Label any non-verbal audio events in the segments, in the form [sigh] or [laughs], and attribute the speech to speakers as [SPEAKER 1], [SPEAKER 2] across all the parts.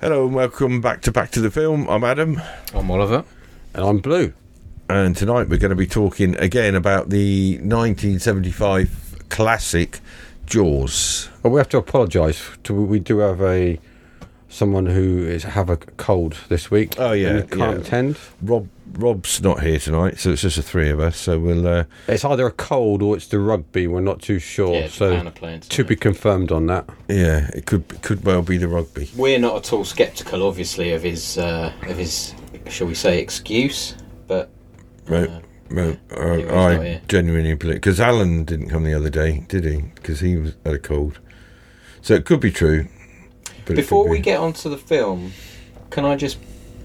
[SPEAKER 1] Hello and welcome back to Back to the Film. I'm Adam,
[SPEAKER 2] I'm Oliver.
[SPEAKER 3] And I'm blue.
[SPEAKER 1] and tonight we're going to be talking again about the 1975 classic Jaws.
[SPEAKER 3] Well, we have to apologise. To we do have a someone who is have a cold this week.
[SPEAKER 1] Oh, yeah,
[SPEAKER 3] and can't
[SPEAKER 1] yeah.
[SPEAKER 3] attend.
[SPEAKER 1] Rob Rob's not here tonight, so it's just the three of us. So we'll uh,
[SPEAKER 3] It's either a cold or it's the rugby. We're not too sure.
[SPEAKER 2] Yeah, Japan
[SPEAKER 3] so
[SPEAKER 2] are playing
[SPEAKER 3] to be confirmed on that.
[SPEAKER 1] yeah, it could could well be the rugby.
[SPEAKER 2] We're not at all sceptical, obviously, of his uh, of his shall we say excuse, but
[SPEAKER 1] Right.
[SPEAKER 2] Uh,
[SPEAKER 1] right.
[SPEAKER 2] he was
[SPEAKER 1] I-
[SPEAKER 2] not
[SPEAKER 1] I
[SPEAKER 2] here.
[SPEAKER 1] genuinely believe because Alan didn't come the other day, did he? Because he was had a cold, so it could be true. but it
[SPEAKER 2] before
[SPEAKER 1] could
[SPEAKER 2] we
[SPEAKER 1] be-
[SPEAKER 2] get onto the film, can I just?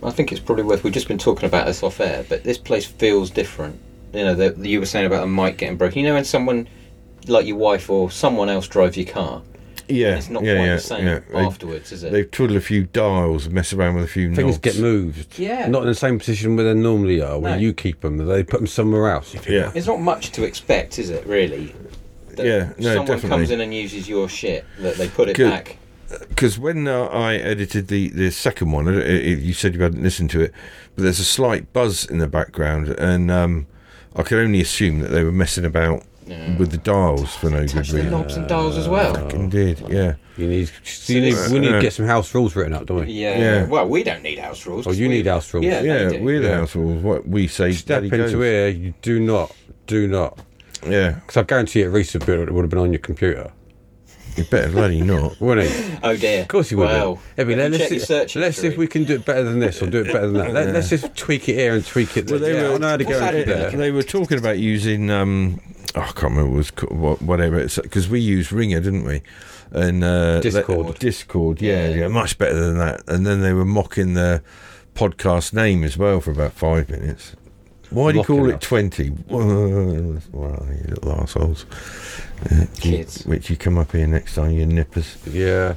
[SPEAKER 2] I think it's probably worth. We've just been talking about this off air, but this place feels different. You know, that you were saying about a mic getting broken. You know, when someone like your wife or someone else drives your car,
[SPEAKER 1] yeah,
[SPEAKER 2] it's not
[SPEAKER 1] yeah,
[SPEAKER 2] quite
[SPEAKER 1] yeah,
[SPEAKER 2] the same
[SPEAKER 1] yeah. They,
[SPEAKER 2] afterwards, is it?
[SPEAKER 1] they twiddle a few dials, mess around with a few
[SPEAKER 3] Things
[SPEAKER 1] knobs.
[SPEAKER 3] get moved.
[SPEAKER 2] Yeah.
[SPEAKER 3] Not in the same position where they normally are. Where
[SPEAKER 2] No.
[SPEAKER 3] you keep them, they put them somewhere else.
[SPEAKER 1] Yeah,
[SPEAKER 2] It's not much to expect, is it? Really? That
[SPEAKER 1] Yeah, no,
[SPEAKER 2] Someone
[SPEAKER 1] definitely.
[SPEAKER 2] comes in and uses your shit. That they put it
[SPEAKER 1] Good.
[SPEAKER 2] back.
[SPEAKER 1] because when uh, I edited the, the second one, I- I- you said you hadn't listened to it, but there's a slight buzz in the background, and um, I could only assume that they were messing about
[SPEAKER 2] Yeah.
[SPEAKER 1] with the dials for no
[SPEAKER 2] Touch
[SPEAKER 1] good
[SPEAKER 2] the
[SPEAKER 1] reason.
[SPEAKER 2] knobs and dials as well.
[SPEAKER 1] Indeed, yeah.
[SPEAKER 3] You need. You need we need to get some house rules written up, don't we?
[SPEAKER 2] Yeah.
[SPEAKER 1] Yeah.
[SPEAKER 2] Well, we don't need house rules.
[SPEAKER 3] Oh, you
[SPEAKER 2] We-
[SPEAKER 3] need house rules.
[SPEAKER 2] Yeah.
[SPEAKER 1] Yeah,
[SPEAKER 2] they do.
[SPEAKER 1] we're the
[SPEAKER 3] Yeah.
[SPEAKER 1] house rules. What we say,
[SPEAKER 3] Step
[SPEAKER 1] daddy
[SPEAKER 3] into
[SPEAKER 1] goes.
[SPEAKER 3] here. You do not. Do not.
[SPEAKER 1] Yeah,
[SPEAKER 3] Because I guarantee it, recent build it would have been on your computer,
[SPEAKER 1] you better bloody not.
[SPEAKER 3] wouldn't
[SPEAKER 2] [laughs]
[SPEAKER 3] it?
[SPEAKER 2] Oh dear.
[SPEAKER 3] Of course you would.
[SPEAKER 2] Well,
[SPEAKER 3] It'd be,
[SPEAKER 2] if you
[SPEAKER 3] let's
[SPEAKER 2] check
[SPEAKER 3] see,
[SPEAKER 2] your search
[SPEAKER 3] let's see if
[SPEAKER 2] history.
[SPEAKER 3] we can do it better than this or do it better than that. Let, us just tweak it here and tweak it there.
[SPEAKER 1] they
[SPEAKER 3] yeah,
[SPEAKER 1] were-
[SPEAKER 3] I know how to go
[SPEAKER 2] What's
[SPEAKER 3] and do
[SPEAKER 2] happening?
[SPEAKER 3] that.
[SPEAKER 1] They were talking about using. Um, oh, I can't remember what it was ca- what, whatever it's because we used Ringer, didn't we? And uh,
[SPEAKER 3] Discord.
[SPEAKER 1] that- Discord, yeah, yeah,
[SPEAKER 2] Yeah.
[SPEAKER 1] much better than that. And then they were mocking the podcast name as well for about five minutes. Why do you
[SPEAKER 3] Mocking
[SPEAKER 1] call it
[SPEAKER 3] us.
[SPEAKER 1] twenty? [laughs] Well, you little assholes,
[SPEAKER 2] Kids.
[SPEAKER 1] which you come up here next time, you nippers.
[SPEAKER 3] Yeah.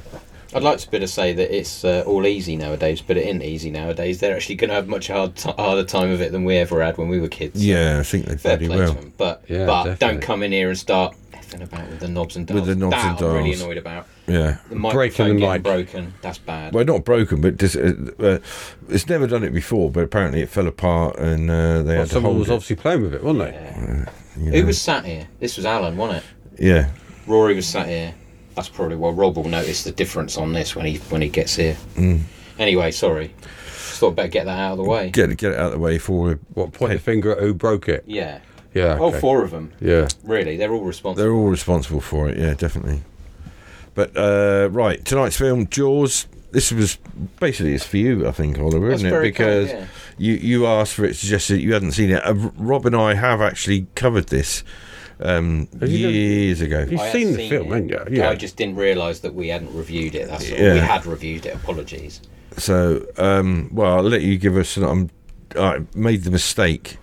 [SPEAKER 2] I'd like to be able to say that it's uh, all easy nowadays, but it ain't easy nowadays. They're actually going to have much hard t- harder time of it than we ever had when we were kids.
[SPEAKER 1] Yeah, I think they
[SPEAKER 2] Fair
[SPEAKER 1] bloody
[SPEAKER 2] play
[SPEAKER 1] well.
[SPEAKER 2] to them, but
[SPEAKER 3] Yeah,
[SPEAKER 2] but don't
[SPEAKER 3] definitely.
[SPEAKER 2] come in here and start effing about with the knobs and dials.
[SPEAKER 1] With the knobs
[SPEAKER 2] that
[SPEAKER 1] and
[SPEAKER 2] I'm really
[SPEAKER 1] dials.
[SPEAKER 2] annoyed about.
[SPEAKER 1] Yeah.
[SPEAKER 2] The
[SPEAKER 3] Breaking
[SPEAKER 2] microphone
[SPEAKER 3] the
[SPEAKER 2] getting
[SPEAKER 3] mic.
[SPEAKER 2] broken. That's bad.
[SPEAKER 1] Well, not broken, but dis- uh, uh, it's never done it before. But apparently, it fell apart, and uh, they
[SPEAKER 3] Well,
[SPEAKER 1] had to
[SPEAKER 3] someone
[SPEAKER 1] hold
[SPEAKER 3] was
[SPEAKER 1] it.
[SPEAKER 3] obviously playing with it, wasn't they?
[SPEAKER 2] Yeah.
[SPEAKER 1] you
[SPEAKER 2] Who
[SPEAKER 1] know.
[SPEAKER 2] was sat here? This was Alan, wasn't it?
[SPEAKER 1] Yeah,
[SPEAKER 2] Rory was sat here. That's probably why Rob will notice the difference on this when he when he gets here.
[SPEAKER 3] Mm.
[SPEAKER 2] Anyway, sorry. Just thought I'd better get that out of the way.
[SPEAKER 1] get it, get it out of the way for
[SPEAKER 3] What, point the finger at who broke it?
[SPEAKER 2] Yeah.
[SPEAKER 3] Yeah.
[SPEAKER 2] All
[SPEAKER 3] okay.
[SPEAKER 2] four of them,
[SPEAKER 3] Yeah.
[SPEAKER 2] really. They're all responsible.
[SPEAKER 1] They're all responsible for it. Yeah, definitely. But uh, right, tonight's film Jaws. This was basically it's for you, I think, Oliver,
[SPEAKER 2] That's
[SPEAKER 1] isn't it?
[SPEAKER 2] very
[SPEAKER 1] Because
[SPEAKER 2] kind, yeah.
[SPEAKER 1] you you asked for it, suggested you hadn't seen it. Uh, Rob and I have actually covered this um,
[SPEAKER 3] Have you done-
[SPEAKER 1] years ago.
[SPEAKER 3] You've
[SPEAKER 2] I had
[SPEAKER 3] seen the
[SPEAKER 2] seen
[SPEAKER 3] film,
[SPEAKER 2] it.
[SPEAKER 3] haven't you? Yeah.
[SPEAKER 2] I just didn't realise that we hadn't reviewed it. That's all.
[SPEAKER 1] Yeah.
[SPEAKER 2] We had reviewed it. Apologies.
[SPEAKER 1] So, um, well, I'll let you give us. I'm, I made the mistake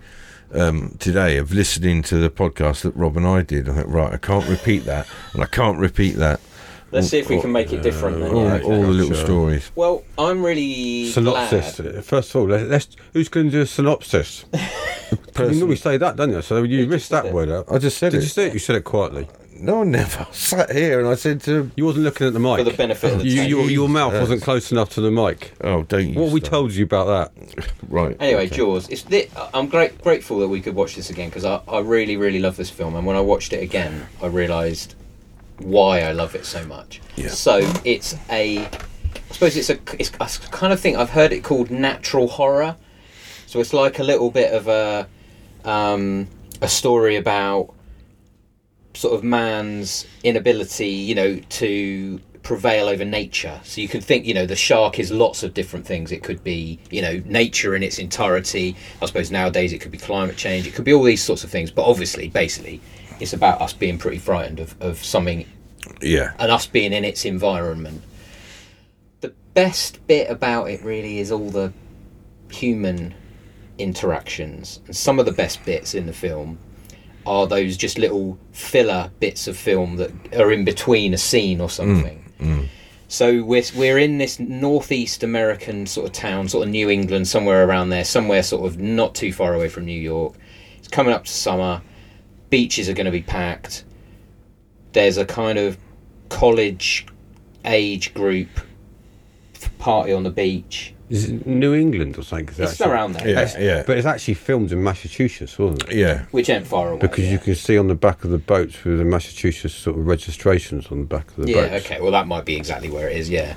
[SPEAKER 1] um, today of listening to the podcast that Rob and I did. I think, right, I can't repeat that, and I can't repeat that.
[SPEAKER 2] Let's see if we
[SPEAKER 1] all-
[SPEAKER 2] can make it different. then,
[SPEAKER 1] All,
[SPEAKER 2] yeah, okay.
[SPEAKER 1] all the little
[SPEAKER 3] Gotcha.
[SPEAKER 1] stories.
[SPEAKER 2] Well, I'm really
[SPEAKER 3] synopsis.
[SPEAKER 2] glad.
[SPEAKER 3] First of all, let- let's. Who's going to do a
[SPEAKER 2] [laughs]
[SPEAKER 3] synopsis? you normally say that, don't you? So you missed that word out.
[SPEAKER 1] I just said
[SPEAKER 3] Did
[SPEAKER 1] it.
[SPEAKER 3] you say it? You said it quietly.
[SPEAKER 1] No, I never [laughs] sat here and I said to him,
[SPEAKER 3] You wasn't looking at the mic.
[SPEAKER 2] For the benefit of the
[SPEAKER 3] you,
[SPEAKER 2] tape.
[SPEAKER 3] your, your mouth wasn't close enough to the mic.
[SPEAKER 1] "Oh, don't you?"
[SPEAKER 3] What we
[SPEAKER 1] start.
[SPEAKER 3] told you about that?
[SPEAKER 1] Right.
[SPEAKER 2] Anyway, Jaws. It's thi- I'm great, grateful that we could watch this again because I, I really, really love this film. And when I watched it again, I realised why I love it so much.
[SPEAKER 1] Yeah.
[SPEAKER 2] So it's a, I suppose it's a, it's a kind of thing I've heard it called natural horror. So it's like a little bit of a, um, a story about sort of man's inability, you know, to prevail over nature. So you can think, you know, the shark is lots of different things. It could be, you know, nature in its entirety. I suppose nowadays it could be climate change. It could be all these sorts of things. But obviously, basically, it's about us being pretty frightened of, of something
[SPEAKER 1] Yeah.
[SPEAKER 2] and us being in its environment. The best bit about it really is all the human interactions. And some of the best bits in the film are those just little filler bits of film that are in between a scene or something. So we're we're in this northeast American sort of town, sort of New England, somewhere around there, somewhere sort of not too far away from New York. It's coming up to summer. Beaches are going to be packed. There's a kind of college age group party on the beach.
[SPEAKER 3] Is it New England or something?
[SPEAKER 2] It's around there,
[SPEAKER 1] Yeah,
[SPEAKER 3] That's-
[SPEAKER 1] yeah,
[SPEAKER 3] But it's actually filmed in Massachusetts, wasn't it?
[SPEAKER 1] yeah.
[SPEAKER 2] which ain't far away.
[SPEAKER 3] Because
[SPEAKER 2] yeah.
[SPEAKER 3] you can see on the back of the boats with the Massachusetts sort of registrations on the back of the
[SPEAKER 2] Yeah,
[SPEAKER 3] boats.
[SPEAKER 2] okay. Well, that might be exactly where it is. Yeah.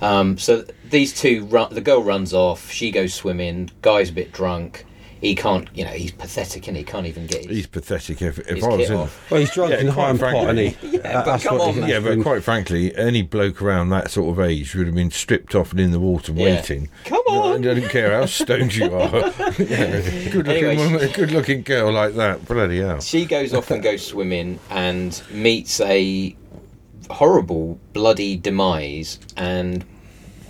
[SPEAKER 2] Um, so th- these two, run, the girl runs off. She goes swimming. Guy's a bit drunk. He can't. You know, he's pathetic, and he can't even get. His,
[SPEAKER 1] He's pathetic. If, if
[SPEAKER 2] His
[SPEAKER 1] I was
[SPEAKER 2] kit
[SPEAKER 1] in,
[SPEAKER 2] off.
[SPEAKER 3] Well, he's drunk
[SPEAKER 1] Yeah,
[SPEAKER 3] and
[SPEAKER 1] quite
[SPEAKER 3] high on pot,
[SPEAKER 1] frankly.
[SPEAKER 3] isn't he?
[SPEAKER 2] [laughs] Yeah, but come on,
[SPEAKER 1] [laughs] yeah, but
[SPEAKER 3] been-
[SPEAKER 1] quite frankly, any bloke around that sort of age would have been stripped off and in the water
[SPEAKER 2] Yeah.
[SPEAKER 1] waiting.
[SPEAKER 2] Come on.
[SPEAKER 1] No, I don't care how stoned you are. [laughs] Good looking
[SPEAKER 2] Anyway,
[SPEAKER 1] woman, a good looking girl like that. Bloody hell.
[SPEAKER 2] she goes off and goes swimming and meets a horrible, bloody demise, and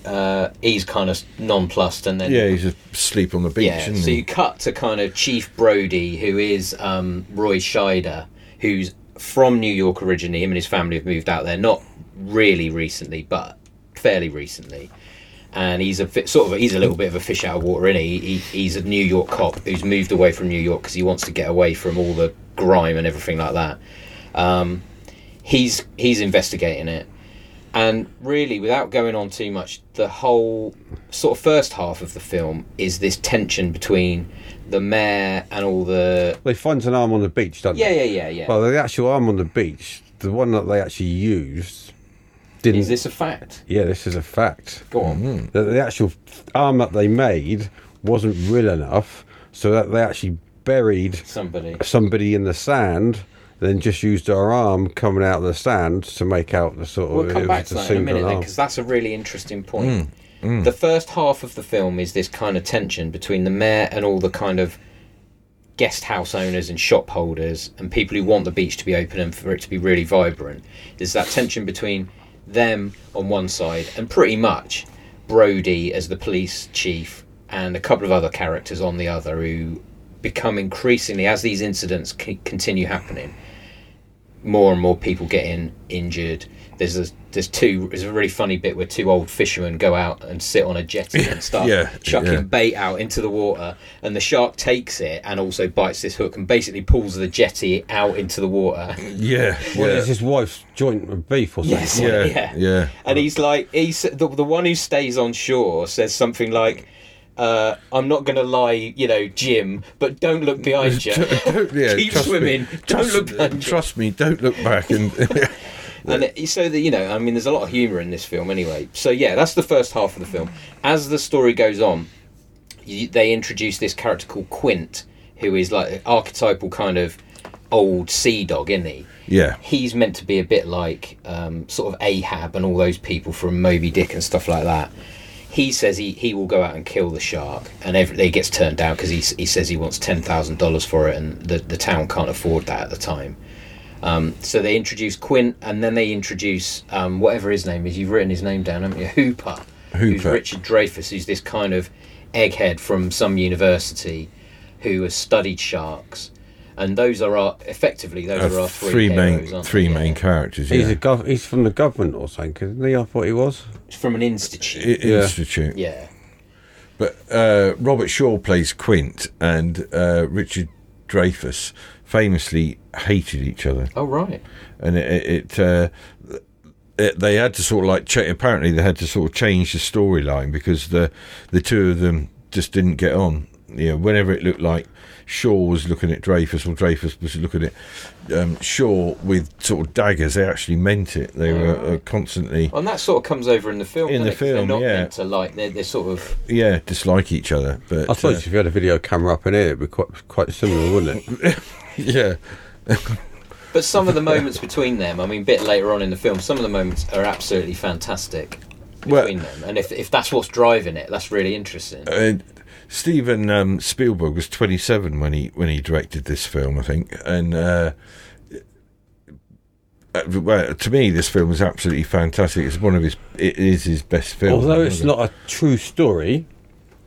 [SPEAKER 2] uh, he's kind of nonplussed, and then
[SPEAKER 1] Yeah, he's just asleep on the beach.
[SPEAKER 2] Yeah,
[SPEAKER 1] isn't
[SPEAKER 2] so
[SPEAKER 1] he?
[SPEAKER 2] you cut to kind of Chief Brody, who is um, Roy Scheider, who's from New York originally. Him and his family have moved out there, not really recently, but fairly recently. And he's a fi- sort of he's a little bit of a fish out of water, isn't he? he he's a New York cop who's moved away from New York because he wants to get away from all the grime and everything like that. Um, he's he's investigating it, and really, without going on too much, the whole sort of first half of the film is this tension between the mayor and all the
[SPEAKER 3] They find an arm on the beach, don't
[SPEAKER 2] yeah
[SPEAKER 3] they?
[SPEAKER 2] yeah yeah yeah.
[SPEAKER 3] Well, the actual arm on the beach, the one that they actually used, didn't.
[SPEAKER 2] is this a fact?
[SPEAKER 3] Yeah, this is a fact.
[SPEAKER 2] Go on.
[SPEAKER 3] The, the actual arm that they made wasn't real enough, so that they actually buried
[SPEAKER 2] Somebody.
[SPEAKER 3] somebody in the sand, then just used our arm coming out of the sand to make out the sort of.
[SPEAKER 2] We'll
[SPEAKER 3] it
[SPEAKER 2] come
[SPEAKER 3] was
[SPEAKER 2] back to
[SPEAKER 3] the
[SPEAKER 2] Mm, that in a
[SPEAKER 3] single
[SPEAKER 2] minute then,
[SPEAKER 3] arm.
[SPEAKER 2] because that's a really interesting point. The first half of the film is this kind of tension between the mayor and all the kind of guest house owners and shop holders and people who want the beach to be open and for it to be really vibrant. There's that tension between them on one side and pretty much Brody as the police chief and a couple of other characters on the other who become increasingly, as these incidents c- continue happening, more and more people getting injured. There's this, there's two. There's a really funny bit where two old fishermen go out and sit on a jetty
[SPEAKER 1] [laughs]
[SPEAKER 2] and start
[SPEAKER 1] Yeah,
[SPEAKER 2] chucking
[SPEAKER 1] yeah.
[SPEAKER 2] bait out into the water, and the shark takes it and also bites this hook and basically pulls the jetty out into the water.
[SPEAKER 1] [laughs] Yeah,
[SPEAKER 3] Well,
[SPEAKER 1] yeah,
[SPEAKER 3] it's his wife's joint of beef or something.
[SPEAKER 2] Yes.
[SPEAKER 1] yeah,
[SPEAKER 2] [laughs] yeah.
[SPEAKER 1] yeah,
[SPEAKER 2] And he's like, he's the, the one who stays on shore says something like. Uh, I'm not going to lie, you know, Jim, but don't
[SPEAKER 1] [laughs]
[SPEAKER 2] look behind you.
[SPEAKER 1] Don't- yeah,
[SPEAKER 2] [laughs] Keep
[SPEAKER 1] trust me.
[SPEAKER 2] swimming. Don't
[SPEAKER 1] Trust-
[SPEAKER 2] look behind you.
[SPEAKER 1] Trust me, don't look back.
[SPEAKER 2] [laughs]
[SPEAKER 1] And
[SPEAKER 2] and it, so that you know i mean there's a lot of humor in this film anyway so yeah that's the first half of the film as the story goes on you, they introduce this character called quint who is like an archetypal kind of old sea dog isn't he
[SPEAKER 1] yeah,
[SPEAKER 2] he's meant to be a bit like um, sort of ahab and all those people from moby dick and stuff like that he says he, he will go out and kill the shark and every, he gets turned down because he, s- he says he wants $10,000 for it and the, the town can't afford that at the time so they introduce Quint, and then they introduce um, whatever his name is. You've written his name down, haven't you? Hooper. Who's
[SPEAKER 1] Hooper.
[SPEAKER 2] Richard Dreyfuss, who's this kind of egghead from some university who has studied sharks. And those are our, effectively, those are our three,
[SPEAKER 1] three
[SPEAKER 2] heroes,
[SPEAKER 1] main,
[SPEAKER 2] aren't
[SPEAKER 1] three
[SPEAKER 2] they?
[SPEAKER 1] main characters.
[SPEAKER 3] He's
[SPEAKER 1] Yeah.
[SPEAKER 3] a gov- He's from the government or something, isn't he? I thought he was.
[SPEAKER 2] It's From an institute.
[SPEAKER 1] I-
[SPEAKER 3] Yeah.
[SPEAKER 1] Institute.
[SPEAKER 2] yeah.
[SPEAKER 1] But uh, Robert Shaw plays Quint, and uh, Richard Dreyfuss famously hated each other,
[SPEAKER 2] Oh, right.
[SPEAKER 1] and it, it, uh, it they had to sort of like cha- apparently they had to sort of change the storyline because the the two of them just didn't get on. You know, whenever it looked like Shaw was looking at Dreyfus or Dreyfus was looking at um, Shaw with sort of daggers, they actually meant it. They
[SPEAKER 3] Mm.
[SPEAKER 1] were uh, constantly,
[SPEAKER 2] And that sort of comes over in the film.
[SPEAKER 1] In
[SPEAKER 2] doesn't
[SPEAKER 1] the
[SPEAKER 2] it? 'Cause
[SPEAKER 1] film,
[SPEAKER 2] They're not
[SPEAKER 1] yeah.
[SPEAKER 2] meant to like, they're, they're sort of.
[SPEAKER 1] yeah, dislike each other. But
[SPEAKER 3] I
[SPEAKER 1] uh,
[SPEAKER 3] suppose if you had a video camera up in here, it'd be quite quite similar, wouldn't it?
[SPEAKER 1] [laughs] yeah,
[SPEAKER 2] But some of the moments between them, I mean, a bit later on in the film, some of the moments are absolutely fantastic
[SPEAKER 1] Well-
[SPEAKER 2] between them. And if, if that's what's driving it, that's really interesting.
[SPEAKER 1] uh, Steven um, Spielberg was 27 when he when he directed this film, I think, and uh, uh, well, to me, this film is absolutely fantastic. It's one of his, it is his best film.
[SPEAKER 3] Although it's not a true story,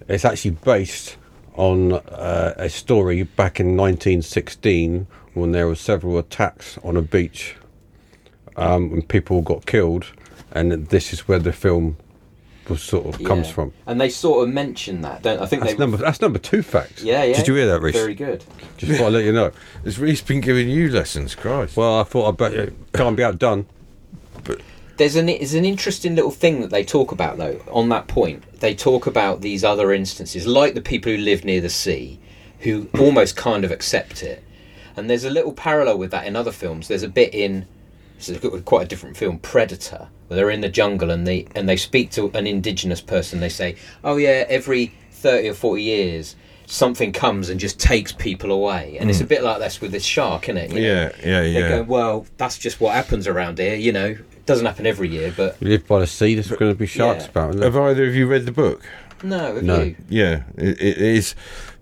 [SPEAKER 3] it's actually based on uh, a story back in 1916 when there were several attacks on a beach um, and people got killed, and this is where the film was sort of comes
[SPEAKER 2] Yeah.
[SPEAKER 3] from.
[SPEAKER 2] And they sort of mention that, don't I think
[SPEAKER 3] That's
[SPEAKER 2] they?
[SPEAKER 3] number that's number two fact.
[SPEAKER 2] yeah, yeah.
[SPEAKER 3] Did you hear that, Reese?
[SPEAKER 2] Very good.
[SPEAKER 3] Just thought I'd let you know.
[SPEAKER 1] Has Reese been giving you lessons, Christ?
[SPEAKER 3] Well, I thought I bet can't be outdone.
[SPEAKER 2] There's an is an interesting little thing that they talk about though. On that point, they talk about these other instances, like the people who live near the sea, who almost kind of accept it. And there's a little parallel with that in other films. There's a bit in this is quite a different film, Predator, where they're in the jungle and they and they speak to an indigenous person. They say, "Oh yeah, every thirty or forty years." Something comes and just takes people away, and it's a bit like this with this shark, isn't it? You know?
[SPEAKER 1] Yeah, yeah,
[SPEAKER 2] They
[SPEAKER 1] yeah.
[SPEAKER 2] go, well, that's just what happens around here, you know. It doesn't happen every year, but
[SPEAKER 3] You live by the sea, there's going to be sharks
[SPEAKER 2] Yeah.
[SPEAKER 3] about. isn't there?
[SPEAKER 1] Have either of you read the book?
[SPEAKER 2] no, have
[SPEAKER 3] No.
[SPEAKER 2] you?
[SPEAKER 1] Yeah, it, it is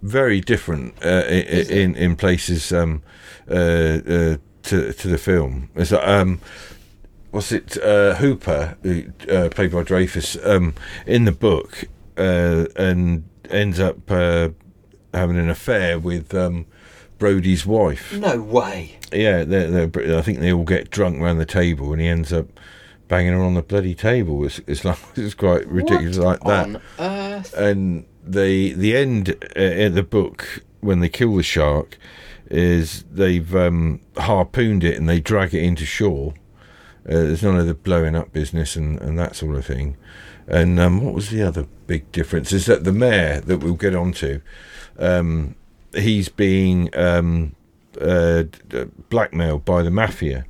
[SPEAKER 1] very different uh, i- i- in in places um, uh, uh, to to the film. It's like, um, was it uh, Hooper, who, uh, played by Dreyfus, um, in the book, uh, and ends up uh, having an affair with um, Brody's wife.
[SPEAKER 2] No way.
[SPEAKER 1] Yeah, they're, they're, br- I think they all get drunk round the table, and he ends up banging her on the bloody table. It's it's like [laughs] it's quite ridiculous like
[SPEAKER 2] What
[SPEAKER 1] that
[SPEAKER 2] on earth?
[SPEAKER 1] and the the end uh, in the book when they kill the shark is they've um, harpooned it and they drag it into shore. Uh, there's none of the blowing up business and, and that sort of thing. And um, what was the other big difference is that the mayor that we'll get onto, um, he's being um, uh, d- d- blackmailed by the mafia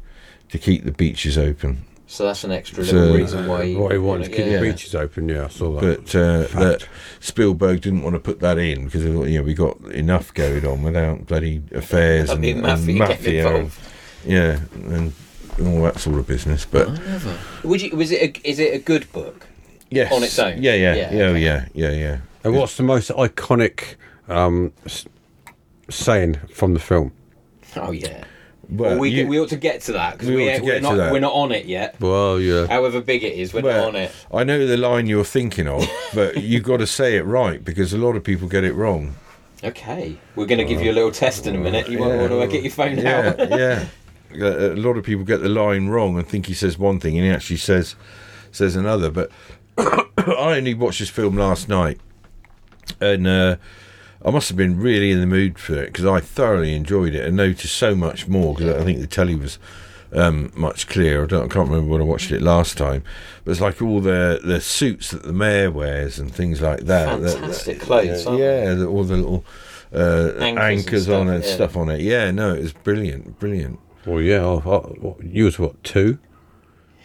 [SPEAKER 1] to keep the beaches open.
[SPEAKER 2] So that's an extra
[SPEAKER 1] So- uh,
[SPEAKER 2] little reason why.
[SPEAKER 3] What he wants,
[SPEAKER 2] yeah.
[SPEAKER 3] keep the
[SPEAKER 1] Yeah.
[SPEAKER 3] beaches open. Yeah, I saw that.
[SPEAKER 1] but uh,
[SPEAKER 3] Fact.
[SPEAKER 1] that Spielberg didn't want to put that in because they thought, you know we got enough going on without bloody affairs
[SPEAKER 2] I
[SPEAKER 1] and,
[SPEAKER 2] mean,
[SPEAKER 1] and
[SPEAKER 2] mafia,
[SPEAKER 1] mafia,
[SPEAKER 2] getting
[SPEAKER 1] and,
[SPEAKER 2] involved.
[SPEAKER 1] yeah, and all that sort of business. But
[SPEAKER 2] I never. Would you, was it? A, is it a good book?
[SPEAKER 1] yes,
[SPEAKER 2] On its own.
[SPEAKER 1] yeah, yeah,
[SPEAKER 2] Yeah,
[SPEAKER 1] yeah, yeah,
[SPEAKER 2] okay.
[SPEAKER 1] yeah, yeah, yeah.
[SPEAKER 3] And what's the most iconic um, s- saying from the film?
[SPEAKER 2] Oh yeah.
[SPEAKER 1] Well,
[SPEAKER 2] we
[SPEAKER 1] you-
[SPEAKER 2] we ought to get to that because
[SPEAKER 1] We
[SPEAKER 2] we
[SPEAKER 1] ought to
[SPEAKER 2] are
[SPEAKER 1] get
[SPEAKER 2] not
[SPEAKER 1] to that.
[SPEAKER 2] we're not on it yet.
[SPEAKER 3] Well, yeah.
[SPEAKER 2] However big it is, we're
[SPEAKER 1] well,
[SPEAKER 2] not on it.
[SPEAKER 1] I know the line you're thinking of, but you got to say it right because a lot of people get it wrong.
[SPEAKER 2] Okay, we're going to give you a little test in a minute. You
[SPEAKER 1] yeah.
[SPEAKER 2] might want to get your phone
[SPEAKER 1] Yeah, [laughs]
[SPEAKER 2] out.
[SPEAKER 1] yeah. A a lot of people get the line wrong and think he says one thing and he actually says says another. But [coughs] I only watched this film last night, and uh, I must have been really in the mood for it because I thoroughly enjoyed it and noticed so much more because I think the telly was um, much clearer. I, don't, I can't remember when I watched it last time, but it's like all the the suits that the mayor wears and things like that. That- that-
[SPEAKER 2] Fantastic clothes. aren't they?
[SPEAKER 1] yeah, the, all the little uh,
[SPEAKER 2] Anchors and
[SPEAKER 1] anchors, on
[SPEAKER 2] stuff,
[SPEAKER 1] and
[SPEAKER 2] yeah.
[SPEAKER 1] stuff on it. Yeah, no, it was brilliant, brilliant.
[SPEAKER 3] Well, yeah. I, I, what- you was what two?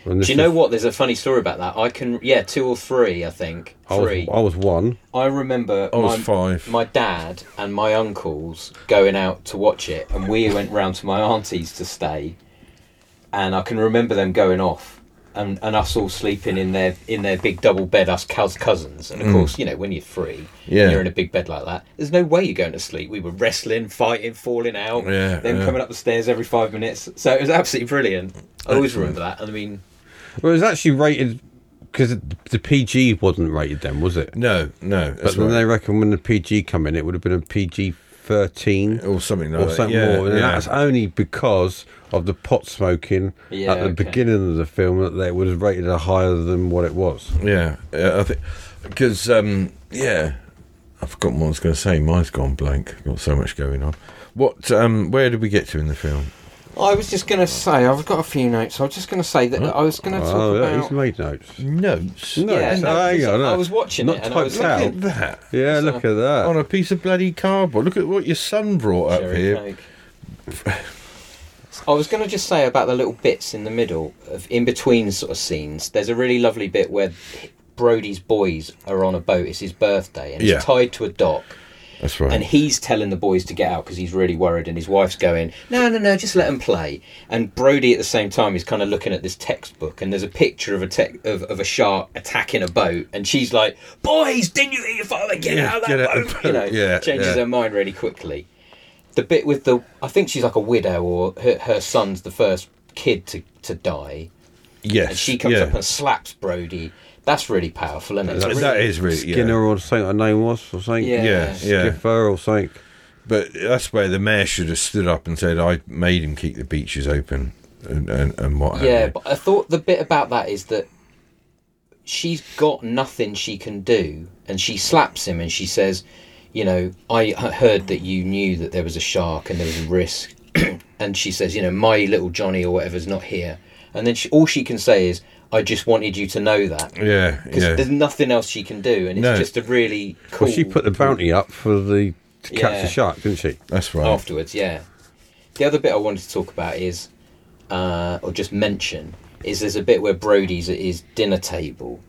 [SPEAKER 3] And this
[SPEAKER 2] Do you know
[SPEAKER 3] was-
[SPEAKER 2] what? There's a funny story about that. I can, yeah, two or three, I think.
[SPEAKER 3] I was,
[SPEAKER 2] Three.
[SPEAKER 3] I was one.
[SPEAKER 2] I remember
[SPEAKER 1] I was
[SPEAKER 2] my,
[SPEAKER 1] five.
[SPEAKER 2] my dad and my uncles going out to watch it, and we went round to my auntie's to stay. And I can remember them going off, and, and us all sleeping in their in their big double bed, us cous- cousins. And of course, you know, when you're three,
[SPEAKER 1] Mm. Yeah.
[SPEAKER 2] you're in a big bed like that. There's no way you're going to sleep. We were wrestling, fighting, falling out,
[SPEAKER 1] Yeah,
[SPEAKER 2] them
[SPEAKER 1] yeah.
[SPEAKER 2] coming up the stairs every five minutes. So it was absolutely brilliant. I always remember that. I mean,
[SPEAKER 3] Well, it was actually rated because the PG wasn't rated then, was it?
[SPEAKER 1] No, no, that's
[SPEAKER 3] But then
[SPEAKER 1] right.
[SPEAKER 3] they reckon when the PG come in, it would have been a PG thirteen
[SPEAKER 1] or something like
[SPEAKER 3] or
[SPEAKER 1] that.
[SPEAKER 3] something
[SPEAKER 1] Oh, yeah,
[SPEAKER 3] more. And
[SPEAKER 1] yeah.
[SPEAKER 3] that's only because of the pot smoking
[SPEAKER 2] Yeah,
[SPEAKER 3] at the
[SPEAKER 2] okay.
[SPEAKER 3] beginning of the film that they would have rated it higher than what it was.
[SPEAKER 1] Yeah, uh, I think because um, yeah, I've forgotten what I was going to say. Mine's gone blank. Got so much going on. What? Um, where did we get to in the film?
[SPEAKER 2] I was just going to say, I've got a few notes. I was just going to say that I was going to talk
[SPEAKER 3] Oh, yeah,
[SPEAKER 2] about.
[SPEAKER 3] he's made notes.
[SPEAKER 1] Notes.
[SPEAKER 3] No,
[SPEAKER 2] Yeah,
[SPEAKER 3] it's-
[SPEAKER 2] no,
[SPEAKER 3] hang
[SPEAKER 2] because
[SPEAKER 3] on, no.
[SPEAKER 2] I was watching
[SPEAKER 3] Not
[SPEAKER 2] it and I was
[SPEAKER 3] typed out.
[SPEAKER 1] Look
[SPEAKER 2] looking.
[SPEAKER 1] at that
[SPEAKER 3] Yeah,
[SPEAKER 2] So-
[SPEAKER 3] look at that.
[SPEAKER 1] on a piece of bloody cardboard. Look at what your son brought up
[SPEAKER 2] Cherry
[SPEAKER 1] here.
[SPEAKER 2] Coke. I was going to just say about the little bits in the middle, of in between sort of scenes. There's a really lovely bit where Brody's boys are on a boat. It's his birthday, and
[SPEAKER 1] Yeah.
[SPEAKER 2] it's tied to a dock.
[SPEAKER 1] That's right.
[SPEAKER 2] And he's telling the boys to get out because he's really worried, and his wife's going, "No, no, no, just let him play." And Brody, at the same time, is kind of looking at this textbook, and there's a picture of a te- of, of a shark attacking a boat, and she's like, "Boys, didn't you hear your father get
[SPEAKER 1] Yeah,
[SPEAKER 2] out of that
[SPEAKER 1] get out
[SPEAKER 2] boat?"
[SPEAKER 1] of the
[SPEAKER 2] You know,
[SPEAKER 1] boat. Yeah,
[SPEAKER 2] changes
[SPEAKER 1] yeah.
[SPEAKER 2] her mind really quickly. The bit with the, I think she's like a widow, or her, her son's the first kid to to die,
[SPEAKER 1] yes,
[SPEAKER 2] and she comes
[SPEAKER 1] yeah.
[SPEAKER 2] up and slaps Brody. That's really powerful, isn't it? It's
[SPEAKER 1] That-
[SPEAKER 2] really-
[SPEAKER 1] that is really
[SPEAKER 3] Skinner or something her name was or something.
[SPEAKER 2] Yeah.
[SPEAKER 1] Yeah, yeah. yeah.
[SPEAKER 3] Skiffer or something.
[SPEAKER 1] But that's where the mayor should have stood up and said, "I made him keep the beaches open and and, and what." have
[SPEAKER 2] Yeah,
[SPEAKER 1] you."
[SPEAKER 2] but I thought the bit about that is that she's got nothing she can do, and she slaps him and she says, "You know, I h- heard that you knew that there was a shark and there was a risk," [clears throat] and she says, "You know, my little Johnny or whatever's not here," and then she, all she can say is, I just wanted you to know that
[SPEAKER 1] Yeah,
[SPEAKER 2] because
[SPEAKER 1] yeah.
[SPEAKER 2] there's nothing else she can do, and it's
[SPEAKER 1] No.
[SPEAKER 2] just a really cool.
[SPEAKER 3] Well, she put the bounty up for the to catch
[SPEAKER 2] Yeah.
[SPEAKER 3] the shark, didn't she?
[SPEAKER 1] That's right.
[SPEAKER 2] afterwards. Yeah. The other bit I wanted to talk about is, uh, or just mention, is there's a bit where Brody's at his dinner table,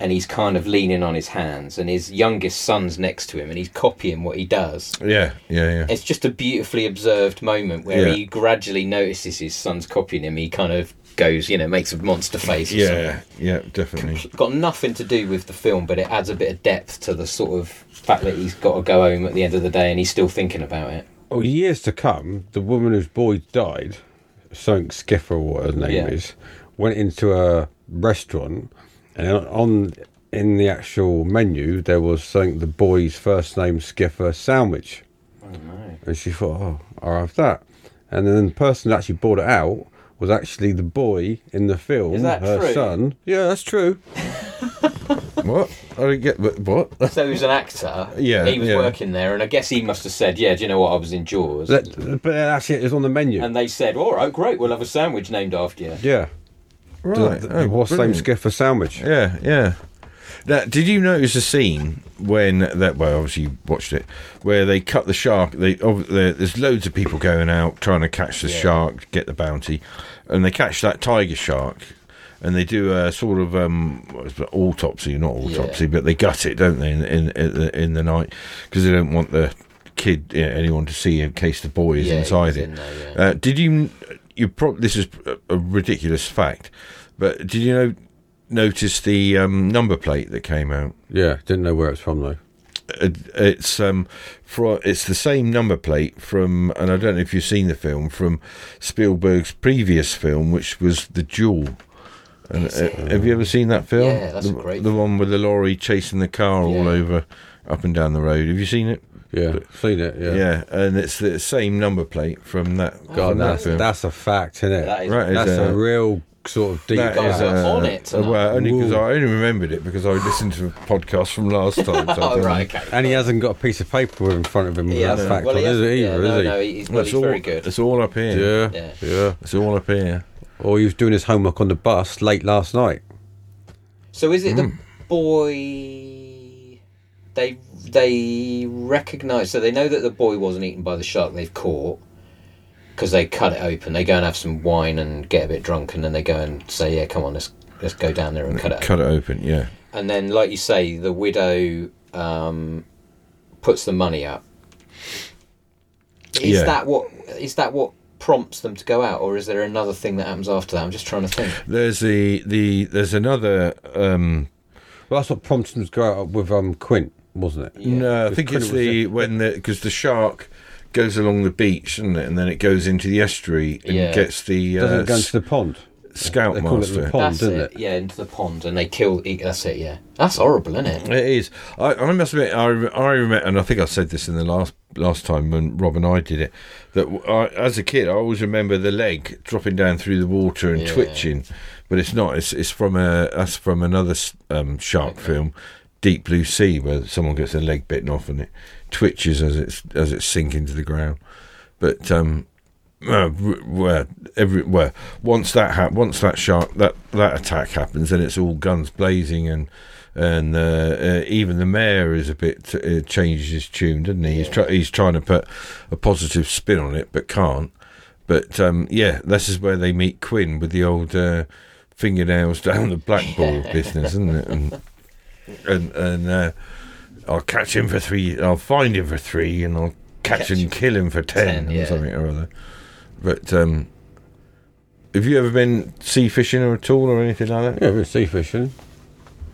[SPEAKER 2] and he's kind of leaning on his hands, and his youngest son's next to him, and he's copying what he does.
[SPEAKER 1] Yeah, yeah, yeah.
[SPEAKER 2] It's just a beautifully observed moment where
[SPEAKER 1] Yeah.
[SPEAKER 2] he gradually notices his son's copying him. He kind of goes, you know, makes a monster face. Or
[SPEAKER 1] Yeah, yeah,
[SPEAKER 2] [laughs]
[SPEAKER 1] definitely.
[SPEAKER 2] something. Got nothing to do with the film, but it adds a bit of depth to the sort of fact that he's got to go home at the end of the day and he's still thinking about it.
[SPEAKER 3] Oh, years to come, the woman whose boy died, Sonk Skiffer, what her name
[SPEAKER 2] Yeah.
[SPEAKER 3] is, went into a restaurant, and on in the actual menu there was something the boy's first name Skiffer sandwich,
[SPEAKER 2] Oh,
[SPEAKER 3] and she thought, oh, I'll have that, and then the person that actually brought it out was actually the boy in the film,
[SPEAKER 2] Is that
[SPEAKER 3] her
[SPEAKER 2] true?
[SPEAKER 3] son. Yeah, that's true.
[SPEAKER 1] what? I don't get but what?
[SPEAKER 2] So he was an actor.
[SPEAKER 1] Yeah,
[SPEAKER 2] He was
[SPEAKER 1] yeah.
[SPEAKER 2] working there, and I guess he must have said, "Yeah, do you know what? I was in Jaws."
[SPEAKER 3] That, but then actually it was on the menu.
[SPEAKER 2] and they said, "All right, great. We'll have a sandwich named after you."
[SPEAKER 3] yeah,
[SPEAKER 1] Right.
[SPEAKER 3] the,
[SPEAKER 1] oh,
[SPEAKER 3] what's name
[SPEAKER 1] brilliant.
[SPEAKER 3] Skiffer sandwich?
[SPEAKER 1] Yeah, yeah. Now, did you notice a scene when that? Well, obviously you watched it, where they cut the shark. They ob- there- there's loads of people going out trying to catch the
[SPEAKER 2] Yeah.
[SPEAKER 1] shark, get the bounty, and they catch that tiger shark, and they do a sort of um what is it, autopsy, not autopsy, but they gut it, don't they, in in in the, in the night because they don't want the kid yeah, anyone to see in case the boy is
[SPEAKER 2] Yeah,
[SPEAKER 1] inside
[SPEAKER 2] he's
[SPEAKER 1] it.
[SPEAKER 2] in there, yeah.
[SPEAKER 1] Uh, did you? You prob- This is a ridiculous fact, but did you know? Notice the um, number plate that came out.
[SPEAKER 3] Yeah, didn't know where it's from though.
[SPEAKER 1] It- It's um, fro it's the same number plate from, and I don't know if you've seen the film from Spielberg's previous film, which was The Duel. And, uh, have you ever seen that film?
[SPEAKER 2] Yeah, that's
[SPEAKER 1] the,
[SPEAKER 2] a great
[SPEAKER 1] The one with the lorry chasing the car all
[SPEAKER 2] Yeah.
[SPEAKER 1] over, up and down the road. Have you seen it?
[SPEAKER 3] Yeah, seen it. Yeah.
[SPEAKER 1] Yeah, and it's the same number plate from that.
[SPEAKER 3] God,
[SPEAKER 2] Oh,
[SPEAKER 1] from that
[SPEAKER 3] that's,
[SPEAKER 1] film.
[SPEAKER 3] that's a fact, isn't it?
[SPEAKER 2] That is-
[SPEAKER 1] Right,
[SPEAKER 3] that's
[SPEAKER 1] is,
[SPEAKER 3] a
[SPEAKER 1] uh,
[SPEAKER 3] real sort of deep
[SPEAKER 1] That
[SPEAKER 2] guys
[SPEAKER 1] is,
[SPEAKER 3] dive.
[SPEAKER 2] are
[SPEAKER 1] uh,
[SPEAKER 2] on it tonight.
[SPEAKER 1] Well, only because
[SPEAKER 3] Woo.
[SPEAKER 1] I only remembered it because I listened to a podcast from last
[SPEAKER 2] [laughs]
[SPEAKER 1] time. so I
[SPEAKER 2] Oh
[SPEAKER 1] don't
[SPEAKER 2] right,
[SPEAKER 1] know.
[SPEAKER 2] okay.
[SPEAKER 3] and he hasn't got a piece of paper in front of him with
[SPEAKER 2] He
[SPEAKER 3] that
[SPEAKER 2] hasn't-
[SPEAKER 3] fact
[SPEAKER 2] well,
[SPEAKER 3] on,
[SPEAKER 2] he
[SPEAKER 3] is it
[SPEAKER 2] hasn't-
[SPEAKER 3] either,
[SPEAKER 2] yeah, no,
[SPEAKER 3] is he?
[SPEAKER 2] no, he's, well,
[SPEAKER 1] That's
[SPEAKER 2] he's
[SPEAKER 1] all,
[SPEAKER 2] very good.
[SPEAKER 1] It's all up here.
[SPEAKER 3] Yeah,
[SPEAKER 2] Yeah.
[SPEAKER 3] yeah,
[SPEAKER 1] It's all up here.
[SPEAKER 3] Or he was doing his homework on the bus late last night.
[SPEAKER 2] So is it the boy? They they recognise. So they know that the boy wasn't eaten by the shark they've caught because they cut it open. They go and have some wine and get a bit drunk, and then they go and say, "Yeah, come on, let's let's go down there and cut it." open.
[SPEAKER 1] Cut it open, yeah.
[SPEAKER 2] And then, like you say, the widow um, puts the money up. Is
[SPEAKER 1] Yeah.
[SPEAKER 2] that what? Is that what prompts them to go out, or is there another thing that happens after that? I'm just trying to think.
[SPEAKER 1] There's the, the there's another um
[SPEAKER 3] Well, that's what prompted him to go out with um Quint, wasn't it?
[SPEAKER 1] no, I
[SPEAKER 3] With
[SPEAKER 1] think it's
[SPEAKER 3] criminals,
[SPEAKER 1] the when the because the shark goes along the beach, isn't it? And then it goes into the estuary and
[SPEAKER 2] Yeah.
[SPEAKER 1] gets the
[SPEAKER 3] Doesn't
[SPEAKER 1] uh,
[SPEAKER 3] it go into the pond?
[SPEAKER 1] scout
[SPEAKER 3] They call it the
[SPEAKER 1] master.
[SPEAKER 3] pond,
[SPEAKER 2] that's
[SPEAKER 3] isn't
[SPEAKER 2] it. Yeah, into the pond, and they kill. e- That's it. Yeah, that's horrible, isn't it?
[SPEAKER 1] It is. I, I must admit, I, I remember, and I think I said this in the last last time when Rob and I did it, that w I as a kid, I always remember the leg dropping down through the water and
[SPEAKER 2] Yeah.
[SPEAKER 1] twitching, but it's not. It's it's from a that's from another s- um, shark film, Deep Blue Sea, where someone gets their leg bitten off and it twitches as it's as it's sinking to the ground. But um, uh, w- where every where once that ha- once that shark that that attack happens, then it's all guns blazing and and uh, uh, even the mayor is a bit uh, changes his tune, doesn't he? He's try- he's trying to put a positive spin on it, but can't. But um, yeah, this is where they meet Quinn with the old uh, fingernails down the blackboard business, isn't it? And and, and uh, I'll catch him for three. I'll find him for three, and I'll catch,
[SPEAKER 2] Catch him.
[SPEAKER 1] and kill him for ten,
[SPEAKER 2] Ten,
[SPEAKER 1] or
[SPEAKER 2] yeah.
[SPEAKER 1] something or other. But um, have you ever been sea fishing or at all or anything like that?
[SPEAKER 3] Yeah, with sea fishing.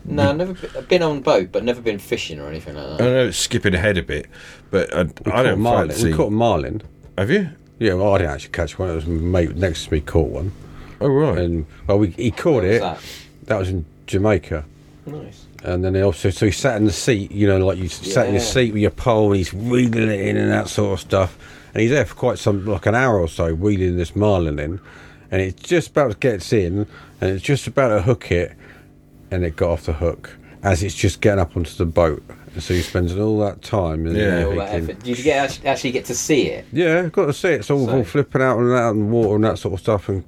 [SPEAKER 2] No, I've never been, I've been on boat, but never been fishing or anything like
[SPEAKER 1] I
[SPEAKER 2] that.
[SPEAKER 1] know it's skipping ahead a bit, but I,
[SPEAKER 3] We
[SPEAKER 1] I
[SPEAKER 3] caught
[SPEAKER 1] don't
[SPEAKER 3] marlin.
[SPEAKER 1] fancy.
[SPEAKER 3] We caught marlin.
[SPEAKER 1] Have you?
[SPEAKER 3] Yeah, well, I didn't actually catch one. It was my mate next to me caught one,
[SPEAKER 1] Oh right.
[SPEAKER 3] and well, we, he caught
[SPEAKER 2] What's
[SPEAKER 3] it.
[SPEAKER 2] that?
[SPEAKER 3] that was in Jamaica.
[SPEAKER 2] Nice.
[SPEAKER 3] And then they also, so he sat in the seat, you know, like you sat in your
[SPEAKER 2] Yeah.
[SPEAKER 3] seat with your pole and he's wheeling it in and that sort of stuff. And he's there for quite some, like an hour or so, wheeling this marlin in. And it just about gets in and it's just about to hook it and it got off the hook as it's just getting up onto the boat. And so he spends all that time in
[SPEAKER 1] Yeah.
[SPEAKER 3] yeah,
[SPEAKER 2] All that effort. Did you get, actually get to see it?
[SPEAKER 3] yeah, got to see it. It's all,
[SPEAKER 2] So-
[SPEAKER 3] all flipping out and out and water and that sort of stuff and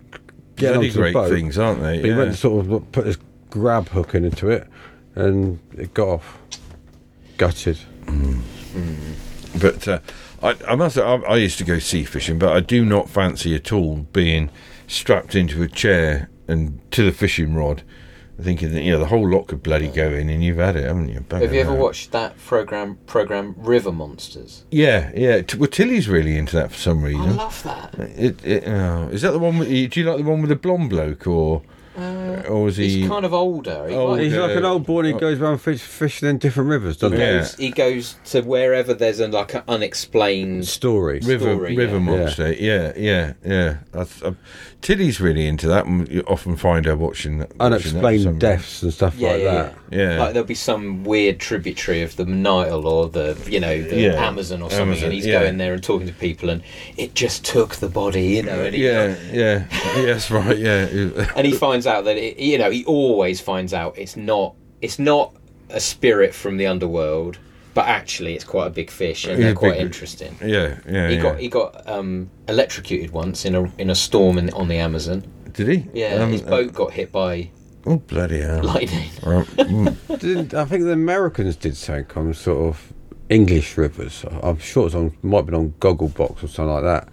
[SPEAKER 3] getting
[SPEAKER 1] bloody
[SPEAKER 3] onto the
[SPEAKER 1] great
[SPEAKER 3] boat.
[SPEAKER 1] things, aren't they?
[SPEAKER 3] But he went
[SPEAKER 1] Yeah.
[SPEAKER 3] to sort of put his grab hook in into it, and it got off. Gutted.
[SPEAKER 1] But uh, I, I must. I, I used to go sea fishing, but I do not fancy at all being strapped into a chair and to the fishing rod, thinking that you know the whole lot could bloody go in, and you've had it, haven't you?
[SPEAKER 2] Have you ever
[SPEAKER 1] Bugger that.
[SPEAKER 2] watched that program? Program River Monsters.
[SPEAKER 1] Yeah, yeah. T- well, Tilly's really into that for some reason.
[SPEAKER 2] I love that.
[SPEAKER 1] It, it, oh, is that the one? With, do you like the one with the blonde bloke, or or was he?
[SPEAKER 2] He's Uh, kind of older. He,
[SPEAKER 1] Oh,
[SPEAKER 2] like-
[SPEAKER 3] He's
[SPEAKER 1] yeah.
[SPEAKER 3] like an old boy who goes around fish, fishing in different rivers, doesn't
[SPEAKER 1] Yeah.
[SPEAKER 3] he?
[SPEAKER 2] goes, he goes to wherever there's an like an unexplained.
[SPEAKER 3] Story.
[SPEAKER 1] River
[SPEAKER 2] story,
[SPEAKER 1] River
[SPEAKER 2] yeah.
[SPEAKER 1] Monster. Yeah, yeah, yeah. I th- I- Tilly's really into that, and you often find her watching watching that for some
[SPEAKER 3] Unexplained deaths and stuff
[SPEAKER 2] Yeah,
[SPEAKER 3] like
[SPEAKER 2] yeah,
[SPEAKER 3] that.
[SPEAKER 1] Yeah.
[SPEAKER 2] Like there'll be some weird tributary of the Nile or the you know the
[SPEAKER 1] Yeah.
[SPEAKER 2] Amazon or something,
[SPEAKER 1] Amazon,
[SPEAKER 2] and he's
[SPEAKER 1] yeah.
[SPEAKER 2] going there and talking to people, and it just took the body, you know. And he,
[SPEAKER 1] Yeah, yeah, yes, right,
[SPEAKER 2] [laughs]
[SPEAKER 1] yeah,
[SPEAKER 2] and he finds out that it, you know he always finds out it's not it's not a spirit from the underworld, but actually it's quite a big fish and
[SPEAKER 1] Yeah,
[SPEAKER 2] they're quite
[SPEAKER 1] big-
[SPEAKER 2] interesting.
[SPEAKER 1] yeah, yeah.
[SPEAKER 2] He
[SPEAKER 1] yeah.
[SPEAKER 2] got he got um, electrocuted once in a in a storm in, on the Amazon.
[SPEAKER 1] Did he?
[SPEAKER 2] Yeah,
[SPEAKER 1] Um,
[SPEAKER 2] his boat got hit by
[SPEAKER 1] Oh bloody
[SPEAKER 2] [laughs]
[SPEAKER 1] hell!
[SPEAKER 2] lightning.
[SPEAKER 1] Right,
[SPEAKER 2] [laughs]
[SPEAKER 1] mm.
[SPEAKER 3] Didn't, I think the Americans did something on sort of English rivers. I'm sure it's on might have been on Gogglebox or something like that.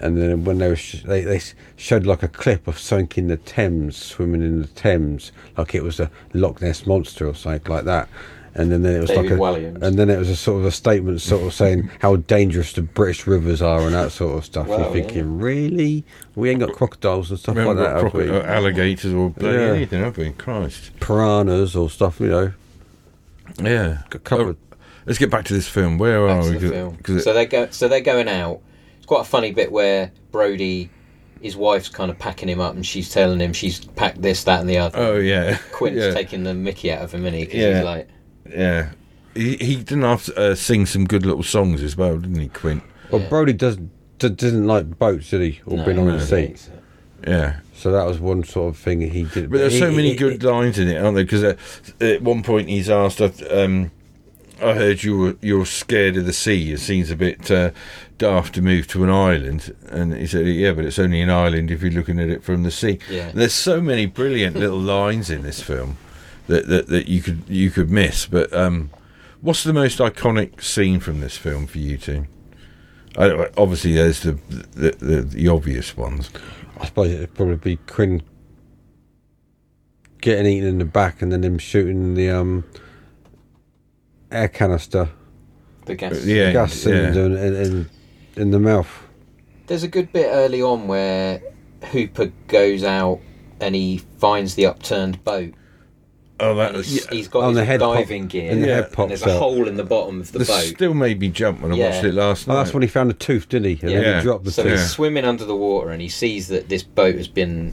[SPEAKER 3] And then when they were sh- they, they s- showed like a clip of sunk in the Thames, swimming in the Thames, like it was a Loch Ness monster or something like that. And then, then it was
[SPEAKER 2] David
[SPEAKER 3] like a,
[SPEAKER 2] Walliams.
[SPEAKER 3] and then it was a sort of a statement, sort of saying how dangerous the British rivers are and that sort of stuff.
[SPEAKER 2] Wow,
[SPEAKER 3] You're thinking, really? We ain't got crocodiles and stuff
[SPEAKER 1] Remember
[SPEAKER 3] like that, have
[SPEAKER 1] croco-
[SPEAKER 3] we?
[SPEAKER 1] uh, alligators or bloody
[SPEAKER 3] Yeah.
[SPEAKER 1] anything? Have we? Christ!
[SPEAKER 3] Piranhas or stuff, you know.
[SPEAKER 1] Yeah,
[SPEAKER 3] A couple of-
[SPEAKER 1] Let's get back to this film. Where
[SPEAKER 2] um, back
[SPEAKER 1] are
[SPEAKER 2] to
[SPEAKER 1] we?
[SPEAKER 2] the film. so they go. So they're going out. It's quite a funny bit where Brody, his wife's kind of packing him up, and she's telling him she's packed this, that, and the other.
[SPEAKER 1] oh
[SPEAKER 2] [laughs]
[SPEAKER 1] yeah,
[SPEAKER 2] Quinn's
[SPEAKER 1] yeah.
[SPEAKER 2] taking the Mickey out of him, and he? 'Cause
[SPEAKER 1] Yeah.
[SPEAKER 2] he's like,
[SPEAKER 1] Yeah. He, he didn't have to uh, sing some good little songs as well, didn't he, Quint?
[SPEAKER 3] Well,
[SPEAKER 2] Yeah.
[SPEAKER 3] Brody does d- didn't like boats, did he? Or
[SPEAKER 2] "No,
[SPEAKER 3] being on
[SPEAKER 2] no,
[SPEAKER 3] the sea.
[SPEAKER 2] thanks."
[SPEAKER 1] Yeah.
[SPEAKER 3] So that was one sort of thing he did.
[SPEAKER 1] But there's so
[SPEAKER 3] he-
[SPEAKER 1] many
[SPEAKER 3] he-
[SPEAKER 1] good lines in it, aren't there? Because uh, at one point he's asked, I've, um, I heard you were, you're scared of the sea. It seems a bit uh, daft to move to an island. And he said, yeah, but it's only an island if you're looking at it from the sea.
[SPEAKER 2] Yeah.
[SPEAKER 1] There's so many brilliant [laughs] little lines in this film that, that, that you could you could miss. But um, what's the most iconic scene from this film for you two? I don't- obviously, there's the the, the the obvious ones.
[SPEAKER 3] I suppose it'd probably be Quinn getting eaten in the back and then him shooting the um, air canister,
[SPEAKER 2] The gas.
[SPEAKER 1] Uh, Yeah,
[SPEAKER 3] gas
[SPEAKER 1] yeah.
[SPEAKER 3] cylinder in, in, in, in the mouth.
[SPEAKER 2] There's a good bit early on where Hooper goes out and he finds the upturned boat.
[SPEAKER 1] Oh, that
[SPEAKER 2] And he's, he's
[SPEAKER 3] On
[SPEAKER 2] got
[SPEAKER 3] the
[SPEAKER 2] his
[SPEAKER 3] head pop-
[SPEAKER 2] diving gear.
[SPEAKER 3] and the
[SPEAKER 1] Yeah.
[SPEAKER 3] head
[SPEAKER 2] and there's
[SPEAKER 3] pops
[SPEAKER 2] a
[SPEAKER 3] out.
[SPEAKER 2] hole in the bottom of the
[SPEAKER 1] This
[SPEAKER 2] boat.
[SPEAKER 1] still made me jump when I
[SPEAKER 2] Yeah.
[SPEAKER 1] watched it last
[SPEAKER 3] Oh,
[SPEAKER 1] night.
[SPEAKER 3] that's when he found the tooth, didn't he? And then
[SPEAKER 1] Yeah.
[SPEAKER 3] he dropped the
[SPEAKER 2] So
[SPEAKER 3] tooth.
[SPEAKER 1] Yeah.
[SPEAKER 2] he's swimming under the water and he sees that this boat has been.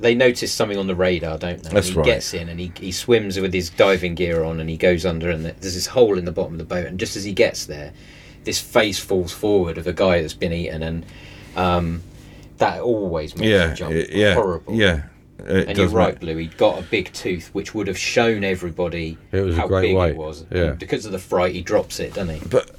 [SPEAKER 2] They notice something on the radar, don't they?
[SPEAKER 1] That's
[SPEAKER 2] he
[SPEAKER 1] right.
[SPEAKER 2] gets in and he, he swims with his diving gear on and he goes under and there's this hole in the bottom of the boat and just as he gets there, this face falls forward of a guy that's been eaten and um, that always makes
[SPEAKER 1] yeah,
[SPEAKER 2] you jump.
[SPEAKER 1] it- yeah,
[SPEAKER 2] Horrible.
[SPEAKER 1] yeah. It
[SPEAKER 2] And you're
[SPEAKER 1] does
[SPEAKER 2] right,
[SPEAKER 1] make-
[SPEAKER 2] Blue. He got a big tooth, which would have shown everybody
[SPEAKER 3] It was a
[SPEAKER 2] how
[SPEAKER 3] great
[SPEAKER 2] big
[SPEAKER 3] weight.
[SPEAKER 2] it was.
[SPEAKER 3] Yeah.
[SPEAKER 2] And because of the fright, he drops it, doesn't he?
[SPEAKER 1] but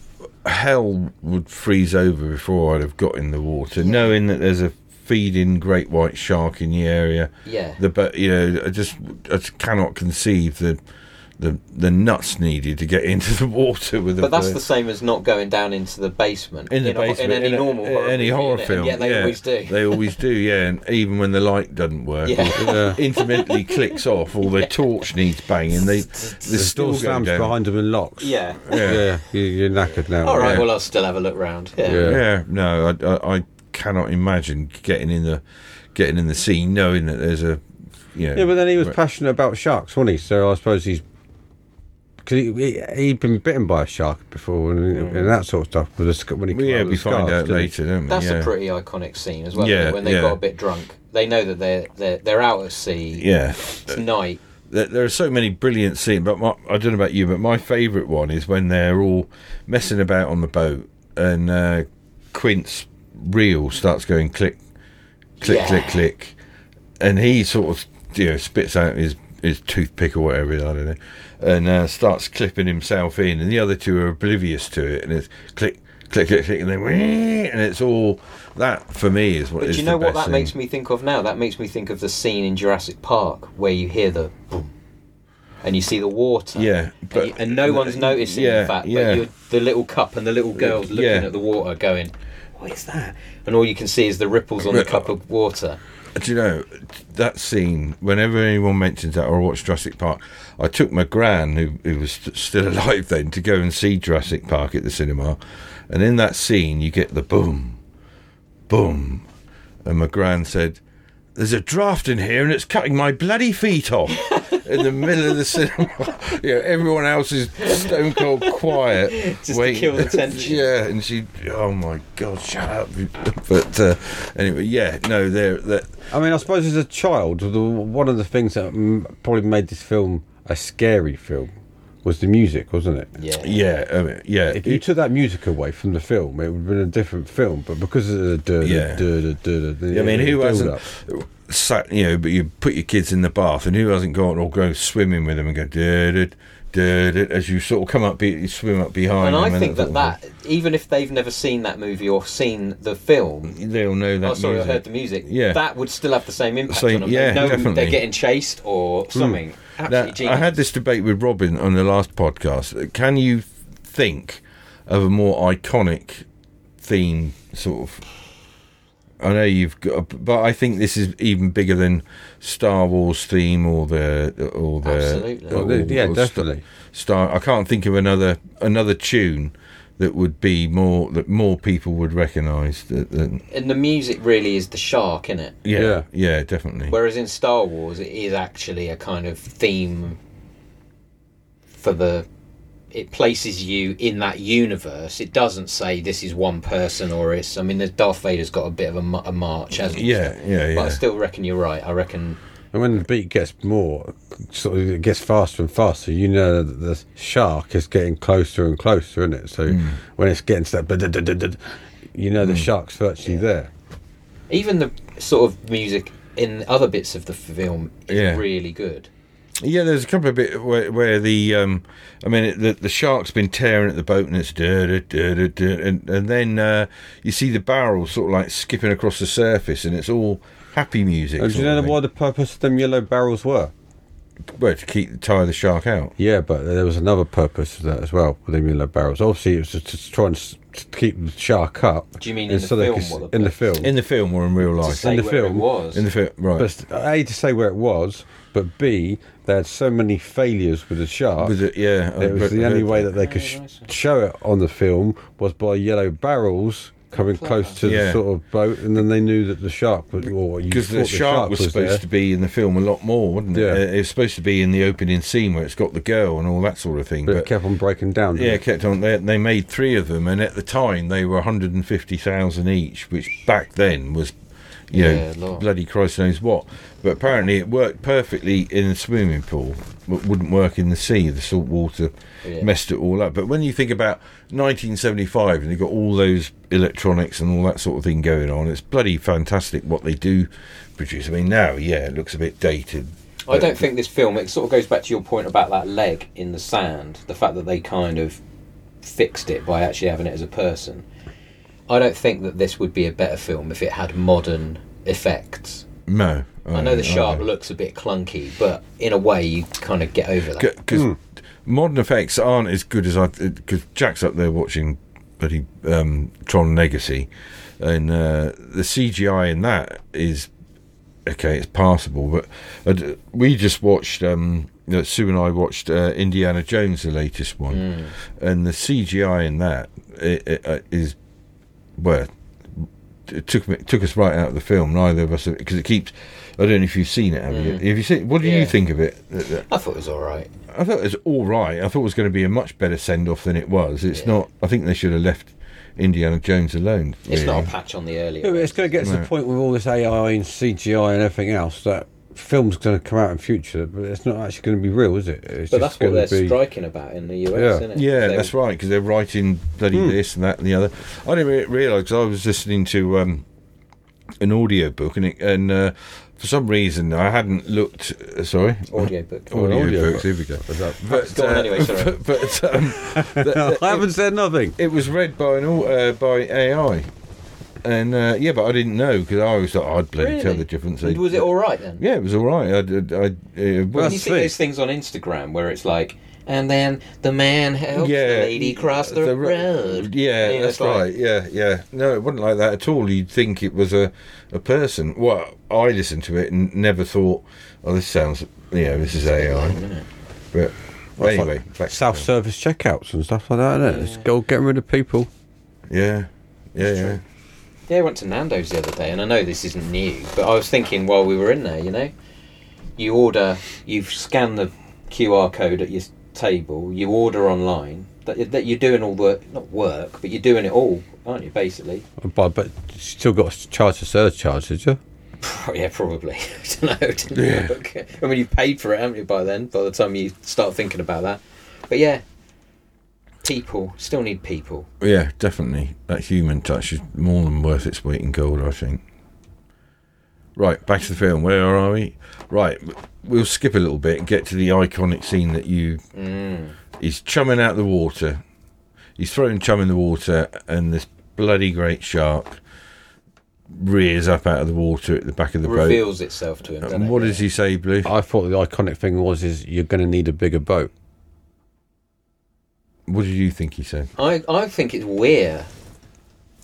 [SPEAKER 1] hell would freeze over before I'd have got in the water, knowing that there's a feeding great white shark in the area.
[SPEAKER 2] Yeah.
[SPEAKER 1] The but you know, I just I just cannot conceive the the the nuts needed to get [laughs] into the water with.
[SPEAKER 2] But
[SPEAKER 1] a,
[SPEAKER 2] that's the same as not going down into the basement
[SPEAKER 1] in the
[SPEAKER 2] a ho-
[SPEAKER 1] basement
[SPEAKER 2] in any
[SPEAKER 1] a-
[SPEAKER 2] normal
[SPEAKER 1] in
[SPEAKER 2] horror
[SPEAKER 1] any
[SPEAKER 2] movie,
[SPEAKER 1] horror
[SPEAKER 2] innit? And
[SPEAKER 1] film.
[SPEAKER 2] Yeah, they
[SPEAKER 1] yeah,
[SPEAKER 2] always do.
[SPEAKER 1] They always do. Yeah, and even when the light doesn't work,
[SPEAKER 2] Yeah. [laughs]
[SPEAKER 1] or uh, intermittently clicks off, or the torch needs banging.
[SPEAKER 2] [laughs]
[SPEAKER 1] They they
[SPEAKER 3] The
[SPEAKER 1] still
[SPEAKER 3] door
[SPEAKER 1] go down.
[SPEAKER 3] slams behind him and locks.
[SPEAKER 2] yeah.
[SPEAKER 1] Yeah.
[SPEAKER 3] Yeah, you- you're knackered now.
[SPEAKER 2] All right.
[SPEAKER 1] Yeah.
[SPEAKER 2] Well, I'll still have a look round. Yeah.
[SPEAKER 3] Yeah.
[SPEAKER 1] Yeah, no, I, I, I cannot imagine getting in the getting in the sea knowing that there's a you know
[SPEAKER 3] Yeah, but then he was
[SPEAKER 1] Right.
[SPEAKER 3] passionate about sharks, wasn't he? So I suppose he's because he, he he'd been bitten by a sc- before and, and that sort of stuff. But the, sc- when he came
[SPEAKER 1] Mm. yeah
[SPEAKER 3] out with
[SPEAKER 1] we
[SPEAKER 3] the
[SPEAKER 1] find
[SPEAKER 3] scars,
[SPEAKER 1] out
[SPEAKER 3] didn't he?
[SPEAKER 1] later, don't we?
[SPEAKER 2] That's
[SPEAKER 1] yeah.
[SPEAKER 2] a pretty iconic scene as well.
[SPEAKER 1] Yeah,
[SPEAKER 2] when they
[SPEAKER 1] yeah.
[SPEAKER 2] got a bit drunk, they know that they're they're they're out at sea.
[SPEAKER 1] yeah.
[SPEAKER 2] It's night.
[SPEAKER 1] There, there are so many brilliant scenes, but my, I don't know about you, but my favourite one is when they're all messing about on the boat and uh, Quint's reel starts going click, click,
[SPEAKER 2] Yeah.
[SPEAKER 1] click, click, and he sort of you know spits out his his toothpick or whatever I don't know, and uh, starts clipping himself in, and the other two are oblivious to it, and it's click, click, click, click, and then whee, and it's all that for me is what
[SPEAKER 2] But
[SPEAKER 1] is
[SPEAKER 2] do you know
[SPEAKER 1] the
[SPEAKER 2] what
[SPEAKER 1] best thing.
[SPEAKER 2] that makes me think of now? That makes me think of the scene in Jurassic Park where you hear the boom and you see the water.
[SPEAKER 1] Yeah,
[SPEAKER 2] and,
[SPEAKER 1] but- uh,
[SPEAKER 2] you- and no one's noticing.
[SPEAKER 1] yeah,
[SPEAKER 2] in fact,
[SPEAKER 1] yeah.
[SPEAKER 2] but you're, the little cup and the little girls looking
[SPEAKER 1] Yeah.
[SPEAKER 2] at the water, going, "What is that?" And all you can see is the ripples on the cup of water.
[SPEAKER 1] Uh, Do you know that scene? Whenever anyone mentions that or I watch Jurassic Park, I took my gran, who, who was st- still [laughs] alive then, to go and see Jurassic Park at the cinema. And in that scene, you get the boom, boom. And my gran said, There's a draft in here and it's cutting my bloody feet
[SPEAKER 2] [laughs]
[SPEAKER 1] off in the middle of the cinema. [laughs] you know, everyone else is stone cold quiet.
[SPEAKER 2] [laughs] Just to kill the
[SPEAKER 1] [laughs]
[SPEAKER 2] tension.
[SPEAKER 1] yeah, and she, Oh my God, shut up. [laughs] But uh, anyway, yeah, no, there. that.
[SPEAKER 3] I mean, I suppose as a child, the, one of the things that mm, probably made this film a scary film was the music, wasn't it?
[SPEAKER 2] Yeah.
[SPEAKER 1] Yeah, I mean, yeah,
[SPEAKER 3] If you took that music away from the film, it would have been a different film. But because of the duh,
[SPEAKER 1] Yeah.
[SPEAKER 3] yeah. duh, duh, duh, duh,
[SPEAKER 1] I mean, who
[SPEAKER 3] build
[SPEAKER 1] hasn't
[SPEAKER 3] up.
[SPEAKER 1] sat, you know, but you put your kids in the bath, and who hasn't gone or go swimming with them and go, did it, as you sort of come up, be, you swim up behind
[SPEAKER 2] And
[SPEAKER 1] them.
[SPEAKER 2] I think that
[SPEAKER 1] sort of
[SPEAKER 2] that even if they've never seen that movie or seen the film,
[SPEAKER 1] thing. they'll know that.
[SPEAKER 2] oh sorry,
[SPEAKER 1] music.
[SPEAKER 2] I heard the music.
[SPEAKER 1] Yeah.
[SPEAKER 2] that would still have the same impact
[SPEAKER 1] Same-
[SPEAKER 2] on them.
[SPEAKER 1] yeah,
[SPEAKER 2] they know
[SPEAKER 1] definitely.
[SPEAKER 2] they're getting chased or something.
[SPEAKER 1] Now, I
[SPEAKER 2] Absolutely genius.
[SPEAKER 1] had this debate with Robin on the last podcast. Can you think of a more iconic theme, sort of? I know you've got, but I think this is even bigger than Star Wars theme or the or the
[SPEAKER 2] Absolutely.
[SPEAKER 1] or-
[SPEAKER 3] Well, Oh, yeah,
[SPEAKER 1] or
[SPEAKER 3] definitely.
[SPEAKER 1] Star. I can't think of another another tune that would be more that more people would recognise. That, that
[SPEAKER 2] and the music really is the shark in it.
[SPEAKER 1] yeah, yeah,
[SPEAKER 3] Yeah.
[SPEAKER 1] definitely.
[SPEAKER 2] Whereas in Star Wars, it is actually a kind of theme for the. It places you in that universe. It doesn't say this is one person or it's. I mean, there's Darth Vader's got a bit of a, mu- a march, hasn't he?
[SPEAKER 1] yeah, yeah,
[SPEAKER 2] But I
[SPEAKER 1] yeah.
[SPEAKER 2] still reckon you're right. I reckon.
[SPEAKER 3] And when the beat gets more, sort of, it gets faster and faster. You know that the shark is getting closer and closer, isn't it? So when it's getting to that, duh, duh, duh, duh, duh, you know the shark's virtually there.
[SPEAKER 2] Even the sort of music in other bits of the film is
[SPEAKER 1] Yeah.
[SPEAKER 2] really good.
[SPEAKER 1] Yeah, there's a couple of bit where, where the um, I mean it, the the shark's been tearing at the boat and it's da da da da da, and and then uh, you see the barrel sort of like skipping across the surface and it's all happy music.
[SPEAKER 3] And Oh, do you
[SPEAKER 1] sort
[SPEAKER 3] know
[SPEAKER 1] of thing.
[SPEAKER 3] why the purpose of them yellow barrels were?
[SPEAKER 1] Well, to keep tie the shark out.
[SPEAKER 3] Yeah, but there was another purpose to that as well with the Mueller barrels. Obviously, it was to, to try and s- to keep the shark up.
[SPEAKER 2] Do you mean
[SPEAKER 3] and
[SPEAKER 2] in the
[SPEAKER 3] they
[SPEAKER 2] film
[SPEAKER 3] could s-
[SPEAKER 2] what the
[SPEAKER 3] in the
[SPEAKER 2] purpose-
[SPEAKER 3] film.
[SPEAKER 1] In the film or in real
[SPEAKER 2] To
[SPEAKER 1] life?
[SPEAKER 2] say
[SPEAKER 3] the
[SPEAKER 2] where it
[SPEAKER 3] film,
[SPEAKER 2] was.
[SPEAKER 1] In the film, right?
[SPEAKER 3] but s- A, to say where it was, but B, they had so many failures with the shark.
[SPEAKER 1] Was it- yeah, I
[SPEAKER 3] It was
[SPEAKER 1] heard-
[SPEAKER 3] the
[SPEAKER 1] I
[SPEAKER 3] only
[SPEAKER 1] heard
[SPEAKER 3] way that they could sh- show it on the film was by yellow barrels coming close to
[SPEAKER 1] Yeah.
[SPEAKER 3] the sort of boat, and then they knew that the shark was. Or you
[SPEAKER 1] because
[SPEAKER 3] thought
[SPEAKER 1] the shark was supposed
[SPEAKER 3] there.
[SPEAKER 1] to be in the film a lot more, wasn't it?
[SPEAKER 3] Yeah.
[SPEAKER 1] Uh, it was supposed to be in the opening scene where it's got the girl and all that sort of thing.
[SPEAKER 3] But
[SPEAKER 1] But,
[SPEAKER 3] it kept on breaking down. didn't
[SPEAKER 1] Yeah,
[SPEAKER 3] it?
[SPEAKER 1] kept on. They, they made three of them, and at the time they were 150,000 each, which back then was, you
[SPEAKER 2] Yeah, a
[SPEAKER 1] know,
[SPEAKER 2] lot.
[SPEAKER 1] bloody Christ knows what. But apparently it worked perfectly in a swimming pool, but wouldn't work in the sea. The salt water
[SPEAKER 2] Yeah.
[SPEAKER 1] messed it all up. But when you think about 1975 and you've got all those electronics and all that sort of thing going on, it's bloody fantastic what they do produce. I mean, now, yeah, it looks a bit dated.
[SPEAKER 2] I don't think this film. It sort of goes back to your point about that leg in the sand. The fact that they kind of fixed it by actually having it as a person. I don't think that this would be a better film if it had modern effects.
[SPEAKER 1] No. Oh,
[SPEAKER 2] I know the shark looks a bit clunky, but in a way you kind of get over that.
[SPEAKER 1] because modern effects aren't as good as I because Jack's up there watching bloody um, Tron Legacy, and uh, the CGI in that is okay, it's passable, but I d- we just watched. Um, uh, Sue and I watched uh, Indiana Jones, the latest one,
[SPEAKER 2] Hmm.
[SPEAKER 1] and the CGI in that it, it, uh, is well, it took me, took us right out of the film. Neither of us because it keeps. I don't know if you've seen it. Have you? Have you seen? What do
[SPEAKER 2] Hmm. Yeah.
[SPEAKER 1] you think of it? Uh, uh,
[SPEAKER 2] I thought it was all right.
[SPEAKER 1] I thought it was all right. I thought it was going to be a much better send off than it was. It's
[SPEAKER 2] Yeah.
[SPEAKER 1] not. I think they should have left Indiana Jones alone.
[SPEAKER 2] It's not a
[SPEAKER 1] really.
[SPEAKER 2] patch on the
[SPEAKER 3] Yeah,
[SPEAKER 2] earlier.
[SPEAKER 3] but it's going to get to
[SPEAKER 1] No.
[SPEAKER 3] the point with all this AI and CGI and everything else that films going to come out in future, but it's not actually going to be real, is it? It's
[SPEAKER 2] but
[SPEAKER 3] just
[SPEAKER 2] that's what
[SPEAKER 3] gonna
[SPEAKER 2] they're striking about in the US,
[SPEAKER 3] Yeah.
[SPEAKER 2] isn't it? Hmm.
[SPEAKER 1] Yeah,
[SPEAKER 2] They-
[SPEAKER 1] that's right. Because they're writing bloody this and that and the other. I didn't re- realise. 'cause I was listening to um, an audiobook and it, and uh, for some reason I hadn't looked. Uh, sorry,
[SPEAKER 2] Audiobook.
[SPEAKER 1] Oh, an
[SPEAKER 3] An audiobook.
[SPEAKER 1] audiobook. Here we go. But,
[SPEAKER 2] Go on anyway, sorry.
[SPEAKER 1] But, [laughs] but,
[SPEAKER 2] [laughs]
[SPEAKER 1] um, the-
[SPEAKER 3] [laughs] I haven't said nothing.
[SPEAKER 1] it was read by an au- uh, by AI, and uh, yeah, but I didn't know because I always thought "Oh, I'd bloody tell
[SPEAKER 2] Really?
[SPEAKER 1] the difference.
[SPEAKER 2] And was it all right then?
[SPEAKER 1] Yeah, it was all right. I, I, I, uh,
[SPEAKER 2] When
[SPEAKER 1] well,
[SPEAKER 2] you
[SPEAKER 3] That's
[SPEAKER 2] see
[SPEAKER 3] the thing.
[SPEAKER 2] those things on Instagram where it's like, and then the man helps
[SPEAKER 1] yeah,
[SPEAKER 2] the lady cross the,
[SPEAKER 1] the ro-
[SPEAKER 2] road.
[SPEAKER 1] Yeah,
[SPEAKER 2] And
[SPEAKER 1] that's
[SPEAKER 2] it's like,
[SPEAKER 1] right. Yeah, yeah. No, it wasn't like that at all. You'd think it was a, a person. Well, I listened to it and never thought, oh, this sounds, you know, this is AI. But anyway, back to
[SPEAKER 3] Self
[SPEAKER 1] the-
[SPEAKER 3] service checkouts and stuff like that, isn't it? It's go getting rid of people.
[SPEAKER 1] Yeah, yeah, yeah.
[SPEAKER 2] Yeah, I went to Nando's the other day, and I know this isn't new, but I was thinking while we were in there, you know, you order, you scan the QR code at your s- table, you order online, that, that you're doing all the, not work, but you're doing it all, aren't you, basically?
[SPEAKER 3] But, but you still got to charge the surcharge, did you?
[SPEAKER 2] Oh, yeah, probably. [laughs] I don't know. Didn't look. [laughs] I mean, you've paid for it, haven't you, by then, by the time you start thinking about that. But yeah, people, still need people.
[SPEAKER 1] Yeah, definitely. That human touch is more than worth its weight in gold, I think. Right, back to the film. Where are we? Right, we'll skip a little bit and get to the iconic scene that you.
[SPEAKER 2] Mm.
[SPEAKER 1] He's chumming out the water. He's throwing chum in the water, and this bloody great shark rears up out of the water at the back of the boat.
[SPEAKER 2] reveals itself to him. doesn't
[SPEAKER 1] And
[SPEAKER 2] it?
[SPEAKER 1] what does he say, Blue?
[SPEAKER 3] I thought the iconic thing was is you're going to need a bigger boat.
[SPEAKER 1] What did you think he said?
[SPEAKER 2] I, I think it's weir.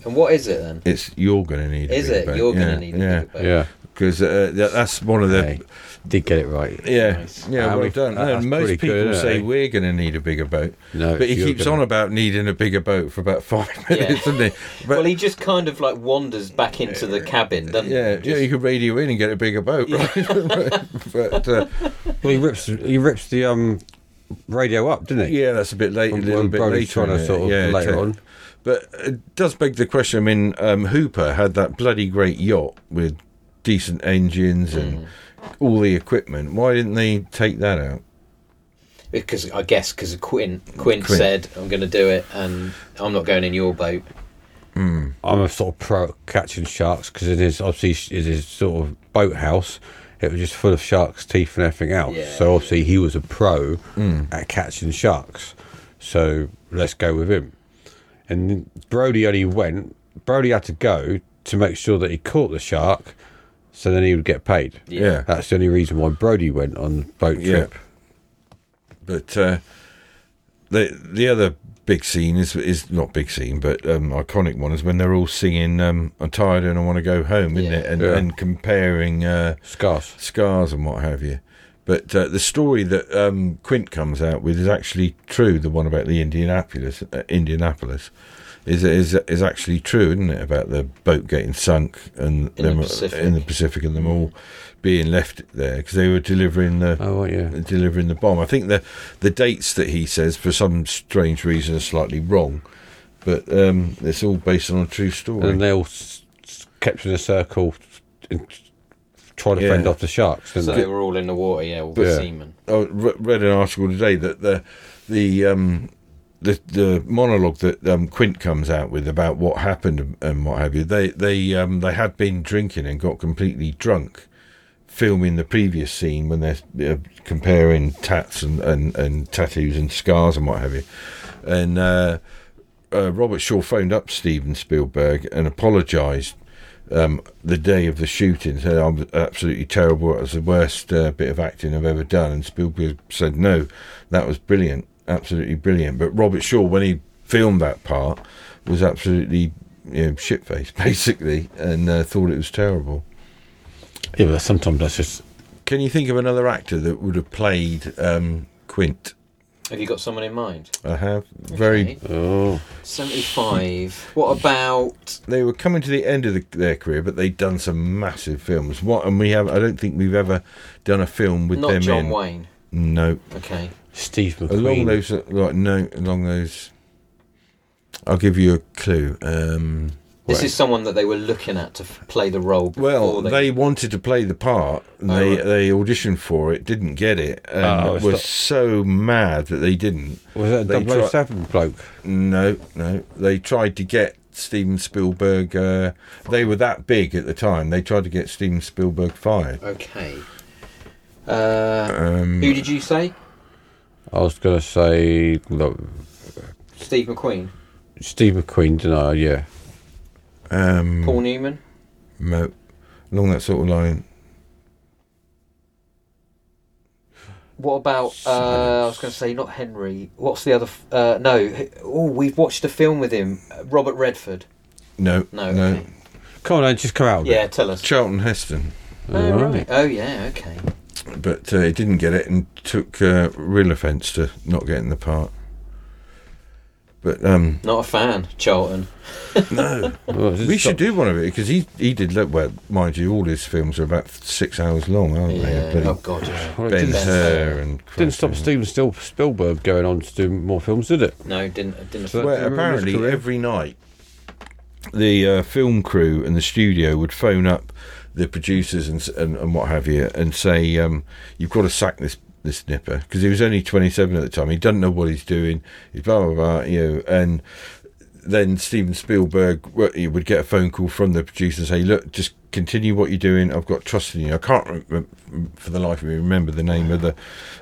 [SPEAKER 2] And what is it then?
[SPEAKER 1] It's you're going to need. A
[SPEAKER 2] Is
[SPEAKER 1] bigger
[SPEAKER 2] it?
[SPEAKER 1] boat."
[SPEAKER 2] You're going
[SPEAKER 1] Yeah,
[SPEAKER 2] to need a bigger boat.
[SPEAKER 3] Yeah.
[SPEAKER 1] because uh, that, that's one of the
[SPEAKER 3] Hey, did get it right.
[SPEAKER 1] Yeah,
[SPEAKER 2] Nice.
[SPEAKER 1] yeah,
[SPEAKER 3] Um,
[SPEAKER 1] well done.
[SPEAKER 3] that-
[SPEAKER 1] No,
[SPEAKER 3] that's
[SPEAKER 1] most
[SPEAKER 3] pretty
[SPEAKER 1] people
[SPEAKER 3] good,
[SPEAKER 1] say
[SPEAKER 3] eh?
[SPEAKER 1] we're going to need a bigger boat,
[SPEAKER 3] No,
[SPEAKER 1] but he
[SPEAKER 3] you're
[SPEAKER 1] keeps
[SPEAKER 3] gonna-
[SPEAKER 1] on about needing a bigger boat for about [laughs] five minutes, doesn't he? But
[SPEAKER 2] well, he just kind of like wanders back into the cabin, doesn't
[SPEAKER 1] yeah,
[SPEAKER 2] he?
[SPEAKER 1] yeah, you could radio in and get a bigger boat, right? [laughs] but
[SPEAKER 3] [laughs]
[SPEAKER 1] uh,
[SPEAKER 3] Well, he rips he rips the um radio up, didn't he?
[SPEAKER 1] yeah, that's a bit late, a
[SPEAKER 3] When-
[SPEAKER 1] little
[SPEAKER 3] when
[SPEAKER 1] bit
[SPEAKER 3] Brody's
[SPEAKER 1] later,
[SPEAKER 3] trying to
[SPEAKER 1] in it.
[SPEAKER 3] sort of
[SPEAKER 1] yeah,
[SPEAKER 3] later
[SPEAKER 1] okay.
[SPEAKER 3] on.
[SPEAKER 1] But it does beg the question. I mean, um, Hooper had that bloody great yacht with decent engines
[SPEAKER 3] Mm.
[SPEAKER 1] and all the equipment. Why didn't they take that out?
[SPEAKER 2] Because I guess because Quinn, Quinn
[SPEAKER 1] Quinn.
[SPEAKER 2] said, "I'm going to do it, and I'm not going in your boat."
[SPEAKER 3] I'm a sort of pro at catching sharks because it is obviously it is sort of boathouse. It was just full of sharks' teeth and everything else.
[SPEAKER 2] Yeah.
[SPEAKER 3] So obviously he was a pro
[SPEAKER 1] Hmm.
[SPEAKER 3] at catching sharks. So let's go with him. And Brody only went. Brody had to go to make sure that he caught the shark, so then he would get paid.
[SPEAKER 1] yeah.
[SPEAKER 3] That's the only reason why Brody went on the boat
[SPEAKER 1] Yeah.
[SPEAKER 3] trip.
[SPEAKER 1] But uh, the the other big scene is is not big scene, but um, iconic one is when they're all singing um, "I'm tired and I want to go home," isn't
[SPEAKER 2] Yeah.
[SPEAKER 1] it? And,
[SPEAKER 3] Yeah.
[SPEAKER 1] and comparing uh,
[SPEAKER 3] Scarce.
[SPEAKER 1] scars and what have you. But uh, the story that um, Quint comes out with is actually true. The one about the Indianapolis, uh, Indianapolis, is is is actually true, isn't it? About the boat getting sunk and
[SPEAKER 2] In the
[SPEAKER 1] them uh,
[SPEAKER 2] Pacific.
[SPEAKER 1] in the Pacific and them all being left there because they were delivering the
[SPEAKER 3] Oh, right, yeah.
[SPEAKER 1] delivering the bomb. I think the the dates that he says for some strange reason are slightly wrong, but um, it's all based on a true story.
[SPEAKER 3] and they all s- s- kept in a circle and trying to
[SPEAKER 1] Yeah.
[SPEAKER 3] fend off the sharks. didn't
[SPEAKER 2] So
[SPEAKER 3] they?
[SPEAKER 2] they were all in the water, yeah, all the
[SPEAKER 3] Yeah.
[SPEAKER 2] seamen.
[SPEAKER 1] I re- read an article today that the the um, the, the monologue that um, Quint comes out with about what happened and what have you. They they um, they had been drinking and got completely drunk, filming the previous scene when they're uh, comparing tats and, and, and tattoos and scars and what have you, and. Uh, uh, Robert Shaw phoned up Steven Spielberg and apologised um, the day of the shooting. Said I was absolutely terrible. It was the worst uh, bit of acting I've ever done. And Spielberg said, "No, that was brilliant, absolutely brilliant." But Robert Shaw, when he filmed that part, was absolutely you know, shit faced [laughs] basically, and uh, thought it was terrible.
[SPEAKER 3] Yeah, but sometimes that's just.
[SPEAKER 1] Can you think of another actor that would have played um, Quint?
[SPEAKER 2] Have you got someone in mind?
[SPEAKER 1] I have very
[SPEAKER 2] Okay.
[SPEAKER 3] Oh.
[SPEAKER 2] 75. What about.
[SPEAKER 1] they were coming to the end of the, their career, but they'd done some massive films. What and we have, I don't think we've ever done a film with
[SPEAKER 2] Not
[SPEAKER 1] them
[SPEAKER 2] John
[SPEAKER 1] in.
[SPEAKER 2] Wayne.
[SPEAKER 1] No,
[SPEAKER 2] Okay.
[SPEAKER 3] Steve
[SPEAKER 1] along
[SPEAKER 3] McQueen.
[SPEAKER 1] those, like no, along those. I'll give you a clue. Um,
[SPEAKER 2] This
[SPEAKER 3] Right.
[SPEAKER 2] is someone that they were looking at to f- play the role. Before
[SPEAKER 1] well,
[SPEAKER 2] they,
[SPEAKER 1] they wanted to play the part. And
[SPEAKER 2] Oh,
[SPEAKER 1] they
[SPEAKER 2] right. Ah,
[SPEAKER 1] they auditioned for it, didn't get it, and
[SPEAKER 3] Oh, it's
[SPEAKER 1] were
[SPEAKER 3] not-
[SPEAKER 1] so mad that oh they didn't.
[SPEAKER 3] Was that
[SPEAKER 1] They
[SPEAKER 3] a 007 bloke?
[SPEAKER 1] No, no, they tried to get Steven Spielberg. Uh, they were that big at the time. They tried to get Steven Spielberg fired.
[SPEAKER 2] Okay. Uh,
[SPEAKER 1] Um,
[SPEAKER 2] who did you say?
[SPEAKER 3] I was going to say look,
[SPEAKER 2] Steve McQueen,
[SPEAKER 3] Steve McQueen, didn't I? Yeah.
[SPEAKER 1] um,
[SPEAKER 2] Paul Newman.
[SPEAKER 1] mo- along that sort of line.
[SPEAKER 2] What about? Uh, I was going to say not Henry. What's the other? F- uh, no. Oh, we've watched a film with him. Uh, Robert Redford.
[SPEAKER 1] No,
[SPEAKER 2] No. Okay.
[SPEAKER 3] Come on, then, just come out. with
[SPEAKER 2] Yeah,
[SPEAKER 3] it.
[SPEAKER 2] tell us.
[SPEAKER 1] Charlton Heston,
[SPEAKER 2] Oh,
[SPEAKER 3] All
[SPEAKER 2] right. Oh yeah. Okay.
[SPEAKER 1] but uh, he didn't get it and took uh, real offence to not getting the part. But um,
[SPEAKER 2] Not a fan, Charlton.
[SPEAKER 3] Well, this
[SPEAKER 1] we
[SPEAKER 3] is
[SPEAKER 1] should
[SPEAKER 3] not-
[SPEAKER 1] do one of it because he he did look well. Mind you, all his films are about six hours long, aren't
[SPEAKER 2] Yeah.
[SPEAKER 1] they?
[SPEAKER 2] Oh
[SPEAKER 1] Bloody
[SPEAKER 2] god. Yeah.
[SPEAKER 3] Well, it
[SPEAKER 1] Ben
[SPEAKER 3] didn't,
[SPEAKER 1] Hur and
[SPEAKER 3] didn't stop Steven Stil- Spielberg going on to do more films, did it?
[SPEAKER 2] No, didn't didn't.
[SPEAKER 3] So-
[SPEAKER 1] Well,
[SPEAKER 3] Remember his
[SPEAKER 1] apparently
[SPEAKER 3] career?
[SPEAKER 1] every night, the uh, film crew and the studio would phone up the producers and s- and, and what have you and say, um, "You've got to sack this this nipper because he was only 27 at the time. He doesn't know what he's doing. He's blah blah blah. You know and." Then Steven Spielberg wo- he would get a phone call from the producer and say, "Look, just continue what you're doing. I've got trust in you. I can't rem- rem- for the life of me remember the name of the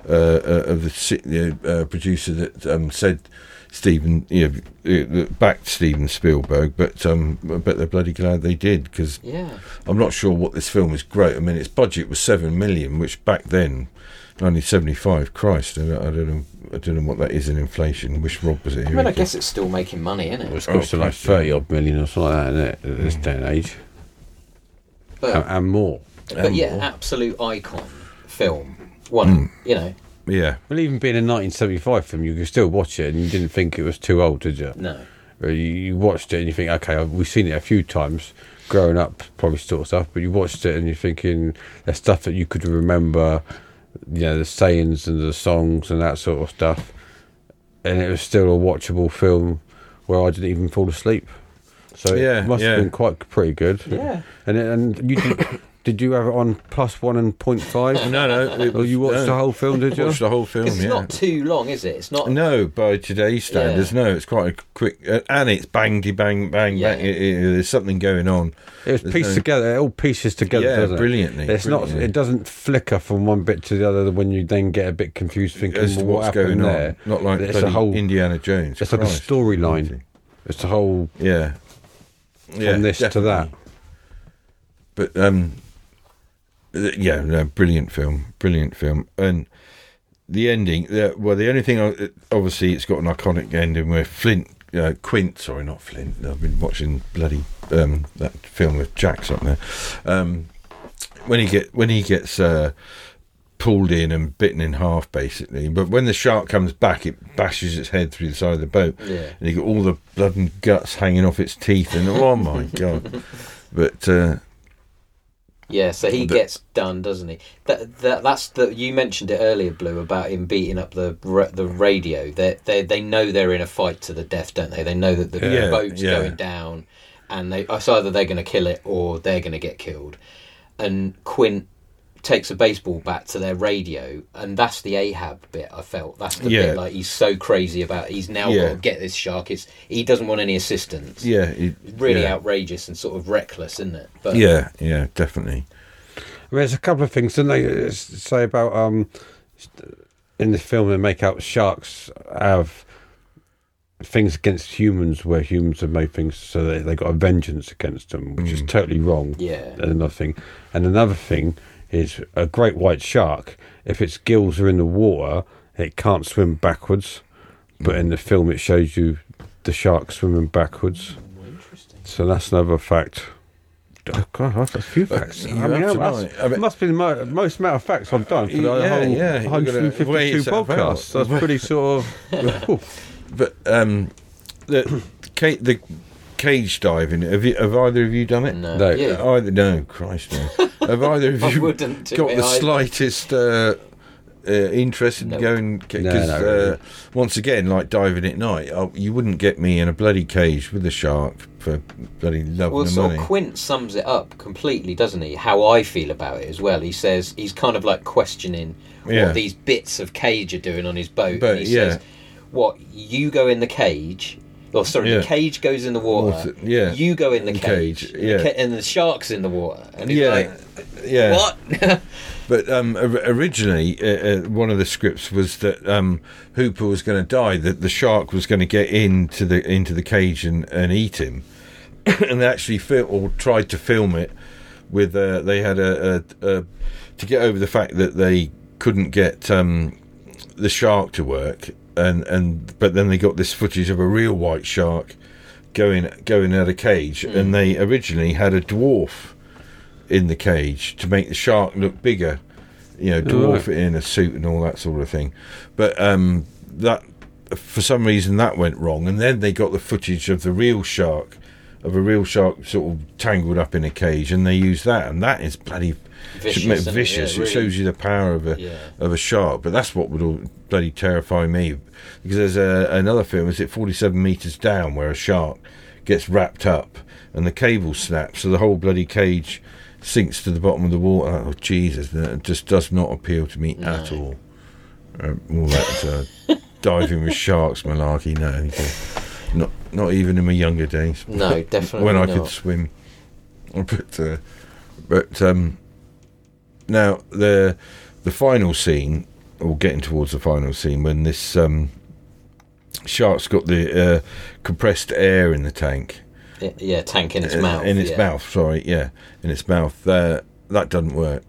[SPEAKER 1] uh, uh, of the si- the uh, producer that um, said Steven, you know, uh, that backed Steven Spielberg, but um, but they're bloody glad they did because
[SPEAKER 2] Yeah.
[SPEAKER 1] I'm not sure what this film is great. I mean, its budget was seven million, which back then, 1975, Christ, I don't, I don't know, I don't know what that is in inflation. Wish Rob was here.
[SPEAKER 2] I mean, I
[SPEAKER 1] He could-
[SPEAKER 2] guess it's still making money, isn't
[SPEAKER 3] It
[SPEAKER 2] it?
[SPEAKER 1] Oh,
[SPEAKER 3] was close to like
[SPEAKER 1] Christ, yeah.
[SPEAKER 3] 30 odd million or something like that, innit, at this
[SPEAKER 1] Mm.
[SPEAKER 3] day and age. And,
[SPEAKER 2] But,
[SPEAKER 3] and more. Hmm.
[SPEAKER 2] but yeah, absolute icon film. One, you know,
[SPEAKER 1] yeah,
[SPEAKER 3] Well, even being a 1975 film, you could still watch it and you didn't think it was too old, did you?
[SPEAKER 2] no.
[SPEAKER 3] Or Uh, You you watched it and you think, okay, we've seen it a few times growing up, probably sort of stuff, but you watched it and you're thinking there's stuff that you could remember, you know, the sayings and the songs and that sort of stuff. And it was still a watchable film where I didn't even fall asleep. So
[SPEAKER 1] Yeah,
[SPEAKER 3] it must
[SPEAKER 1] yeah.
[SPEAKER 3] have been quite pretty good.
[SPEAKER 2] Yeah.
[SPEAKER 3] And and you did, [coughs] did you have it on plus one and point five?
[SPEAKER 1] no, no.
[SPEAKER 3] [laughs]
[SPEAKER 1] it
[SPEAKER 3] Or you
[SPEAKER 1] was-
[SPEAKER 3] watched the
[SPEAKER 1] no,
[SPEAKER 3] whole film, did
[SPEAKER 1] [laughs]
[SPEAKER 3] you?
[SPEAKER 1] watched the whole
[SPEAKER 3] Oh,
[SPEAKER 1] film.
[SPEAKER 2] Because it's
[SPEAKER 1] yeah.
[SPEAKER 2] not too long, is it? It's not.
[SPEAKER 1] No, by today's standards,
[SPEAKER 2] Yeah.
[SPEAKER 1] no. It's quite a quick, uh, and it's bang de bang bang
[SPEAKER 2] Yeah.
[SPEAKER 1] bang. It, it- there's something going on.
[SPEAKER 3] It was
[SPEAKER 1] There's
[SPEAKER 3] pieced
[SPEAKER 1] no-
[SPEAKER 3] together. It all pieces together.
[SPEAKER 1] Yeah,
[SPEAKER 3] doesn't it?
[SPEAKER 1] brilliantly,
[SPEAKER 3] It's not.
[SPEAKER 1] brilliantly.
[SPEAKER 3] It doesn't flicker from one bit to the other when you then get a bit confused, thinking
[SPEAKER 1] As to
[SPEAKER 3] well, what
[SPEAKER 1] what's
[SPEAKER 3] happened
[SPEAKER 1] going
[SPEAKER 3] there.
[SPEAKER 1] on, not like
[SPEAKER 3] it's a
[SPEAKER 1] bloody
[SPEAKER 3] whole.
[SPEAKER 1] Indiana Jones.
[SPEAKER 3] it's like a
[SPEAKER 1] Christ.
[SPEAKER 3] storyline. It's a whole
[SPEAKER 1] Yeah. Yeah,
[SPEAKER 3] from this
[SPEAKER 1] definitely.
[SPEAKER 3] to that.
[SPEAKER 1] But um, th- yeah, no, brilliant film, brilliant film, and the ending. The, well, the only thing, I- obviously, it's got an iconic ending where Flint, uh, Quint, sorry, not Flint. I've been watching bloody um that film with Jack's up there. Um, when he get when he gets uh pulled in and bitten in half basically but when the shark comes back it bashes its head through the side of the boat
[SPEAKER 2] Yeah.
[SPEAKER 1] and you got all the blood and guts hanging off its teeth and oh my god but uh
[SPEAKER 2] Yeah, so he
[SPEAKER 1] But-
[SPEAKER 2] gets done, doesn't he? That, that that's the you mentioned it earlier, Blue, about him beating up the ra- the radio. They they they know they're in a fight to the death, don't they? They know that the
[SPEAKER 1] Yeah,
[SPEAKER 2] boat's
[SPEAKER 1] yeah.
[SPEAKER 2] going down, and they it's either they're going to kill it or they're going to get killed. And Quint takes a baseball bat to their radio, and that's the Ahab bit. I felt that's the
[SPEAKER 1] Yeah.
[SPEAKER 2] bit like he's so crazy about. He's now
[SPEAKER 1] Yeah.
[SPEAKER 2] got to get this shark. It's he doesn't want any assistance.
[SPEAKER 1] Yeah, it,
[SPEAKER 2] Really
[SPEAKER 1] yeah.
[SPEAKER 2] outrageous and sort of reckless, isn't it? But
[SPEAKER 1] Yeah, yeah, definitely.
[SPEAKER 3] I mean, there's a couple of things, didn't they uh, say about um, in the film they make out sharks have things against humans where humans have made things so they they got a vengeance against them, which
[SPEAKER 1] Mm.
[SPEAKER 3] is totally wrong.
[SPEAKER 2] Yeah.
[SPEAKER 3] and another thing, and another thing is a great white shark. If its gills are in the water, it can't swim backwards. But in the film, it shows you the shark swimming backwards.
[SPEAKER 2] Interesting.
[SPEAKER 3] So that's another fact. Oh, God, I've got a few facts.
[SPEAKER 1] you
[SPEAKER 3] I mean,
[SPEAKER 1] have
[SPEAKER 3] that's-
[SPEAKER 1] tonight. I mean-
[SPEAKER 3] must be the mo- most amount of facts I've done for the
[SPEAKER 1] Yeah,
[SPEAKER 3] whole
[SPEAKER 1] yeah, you've got to
[SPEAKER 3] 152
[SPEAKER 1] weigh yourself out.
[SPEAKER 3] podcasts. That's pretty sort
[SPEAKER 1] [laughs]
[SPEAKER 3] of.
[SPEAKER 1] But um, the ca- the cage diving. Have you? Have either of you done it?
[SPEAKER 2] No.
[SPEAKER 3] No.
[SPEAKER 2] You.
[SPEAKER 1] Either no, uh, Christ no. Have either of
[SPEAKER 2] [laughs] I
[SPEAKER 1] you
[SPEAKER 2] wouldn't do
[SPEAKER 1] got
[SPEAKER 2] it
[SPEAKER 1] the
[SPEAKER 2] either.
[SPEAKER 1] slightest uh, uh, interest in
[SPEAKER 2] Nope.
[SPEAKER 1] going?
[SPEAKER 3] No,
[SPEAKER 1] Because
[SPEAKER 3] not really.
[SPEAKER 1] uh, once again, like diving at night, oh, you wouldn't get me in a bloody cage with a shark for bloody love
[SPEAKER 2] Well,
[SPEAKER 1] and
[SPEAKER 2] sort
[SPEAKER 1] money.
[SPEAKER 2] of Quint sums it up completely, doesn't he? How I feel about it as well. He says he's kind of like questioning
[SPEAKER 1] Yeah.
[SPEAKER 2] what these bits of cage are doing on his boat.
[SPEAKER 1] Boat,
[SPEAKER 2] and he
[SPEAKER 1] yeah.
[SPEAKER 2] says, What, you go in the cage Oh, sorry,
[SPEAKER 1] Yeah.
[SPEAKER 2] the cage goes in the water.
[SPEAKER 1] Water, yeah.
[SPEAKER 2] You go in the
[SPEAKER 1] In
[SPEAKER 2] cage.
[SPEAKER 1] cage, yeah.
[SPEAKER 2] The ca- and the shark's in the water. And it's
[SPEAKER 1] yeah,
[SPEAKER 2] like,
[SPEAKER 1] yeah. [laughs]
[SPEAKER 2] what? [laughs]
[SPEAKER 1] But um, or- originally, uh, uh, one of the scripts was that um, Hooper was going to die, that the shark was going to get into the into the cage and, and eat him. [coughs] and they actually fil- or tried to film it with uh, they had a, a, a to get over the fact that they couldn't get um, the shark to work, and and but then they got this footage of a real white shark going going out of cage,
[SPEAKER 2] Hmm.
[SPEAKER 1] and they originally had a dwarf in the cage to make the shark look bigger, you know, dwarf it in a suit and all that sort of thing. But um, that for some reason that went wrong, and then they got the footage of the real shark, of a real shark sort of tangled up in a cage, and they used that, and that is bloody vicious.
[SPEAKER 2] Vicious, isn't it?
[SPEAKER 1] vicious.
[SPEAKER 2] Yeah,
[SPEAKER 1] it
[SPEAKER 2] really.
[SPEAKER 1] shows you the power of a
[SPEAKER 2] Yeah.
[SPEAKER 1] of a shark, but that's what would all bloody terrify me because there's a, another film. Is it 47 meters down where a shark gets wrapped up and the cable snaps, so the whole bloody cage sinks to the bottom of the water. Oh Jesus, that just does not appeal to me at all. Uh, all that uh, diving with sharks malarkey, no, anything. not not even in my younger days
[SPEAKER 2] No, definitely
[SPEAKER 1] when I
[SPEAKER 2] not.
[SPEAKER 1] could swim. But uh, but um, now the the final scene, or getting towards the final scene, when this um, shark's got the uh, compressed air in the tank
[SPEAKER 2] Y- Yeah, tank in its
[SPEAKER 1] uh,
[SPEAKER 2] mouth.
[SPEAKER 1] in its
[SPEAKER 2] yeah.
[SPEAKER 1] mouth. Sorry, yeah, in its mouth. Uh, that doesn't work.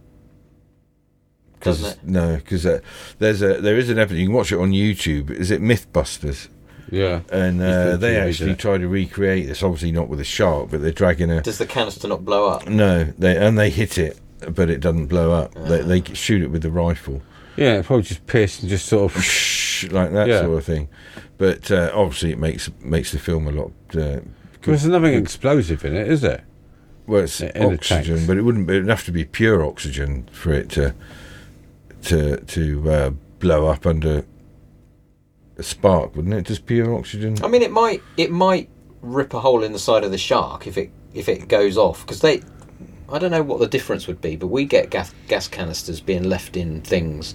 [SPEAKER 1] 'Cause-
[SPEAKER 2] Doesn't it?
[SPEAKER 1] No, because uh, there's a there is an episode you can watch it on YouTube. Is it MythBusters?
[SPEAKER 3] Yeah.
[SPEAKER 1] And
[SPEAKER 3] It's
[SPEAKER 1] uh, they
[SPEAKER 3] literally
[SPEAKER 1] actually
[SPEAKER 3] that.
[SPEAKER 1] try to recreate this. Obviously not with a shark, but they're dragging a
[SPEAKER 2] Does the canister not blow up?
[SPEAKER 1] no, they and they hit it, but it doesn't blow up. They, they shoot it with the rifle,
[SPEAKER 3] Yeah, it probably just pierced and just sort of.
[SPEAKER 1] like that
[SPEAKER 3] Yeah.
[SPEAKER 1] sort of thing. But uh, obviously, it makes makes the film a lot. Uh,
[SPEAKER 3] Well,
[SPEAKER 1] good.
[SPEAKER 3] there's nothing explosive in it, is there?
[SPEAKER 1] Well, it's
[SPEAKER 3] in the
[SPEAKER 1] oxygen,
[SPEAKER 3] tanks.
[SPEAKER 1] but it wouldn't. Be, it'd have to be pure oxygen for it to to to uh, blow up under a spark, wouldn't it? Just pure oxygen.
[SPEAKER 2] I mean, it might it might rip a hole in the side of the shark if it if it goes off because they. I don't know what the difference would be, but we get gas gas canisters being left in things,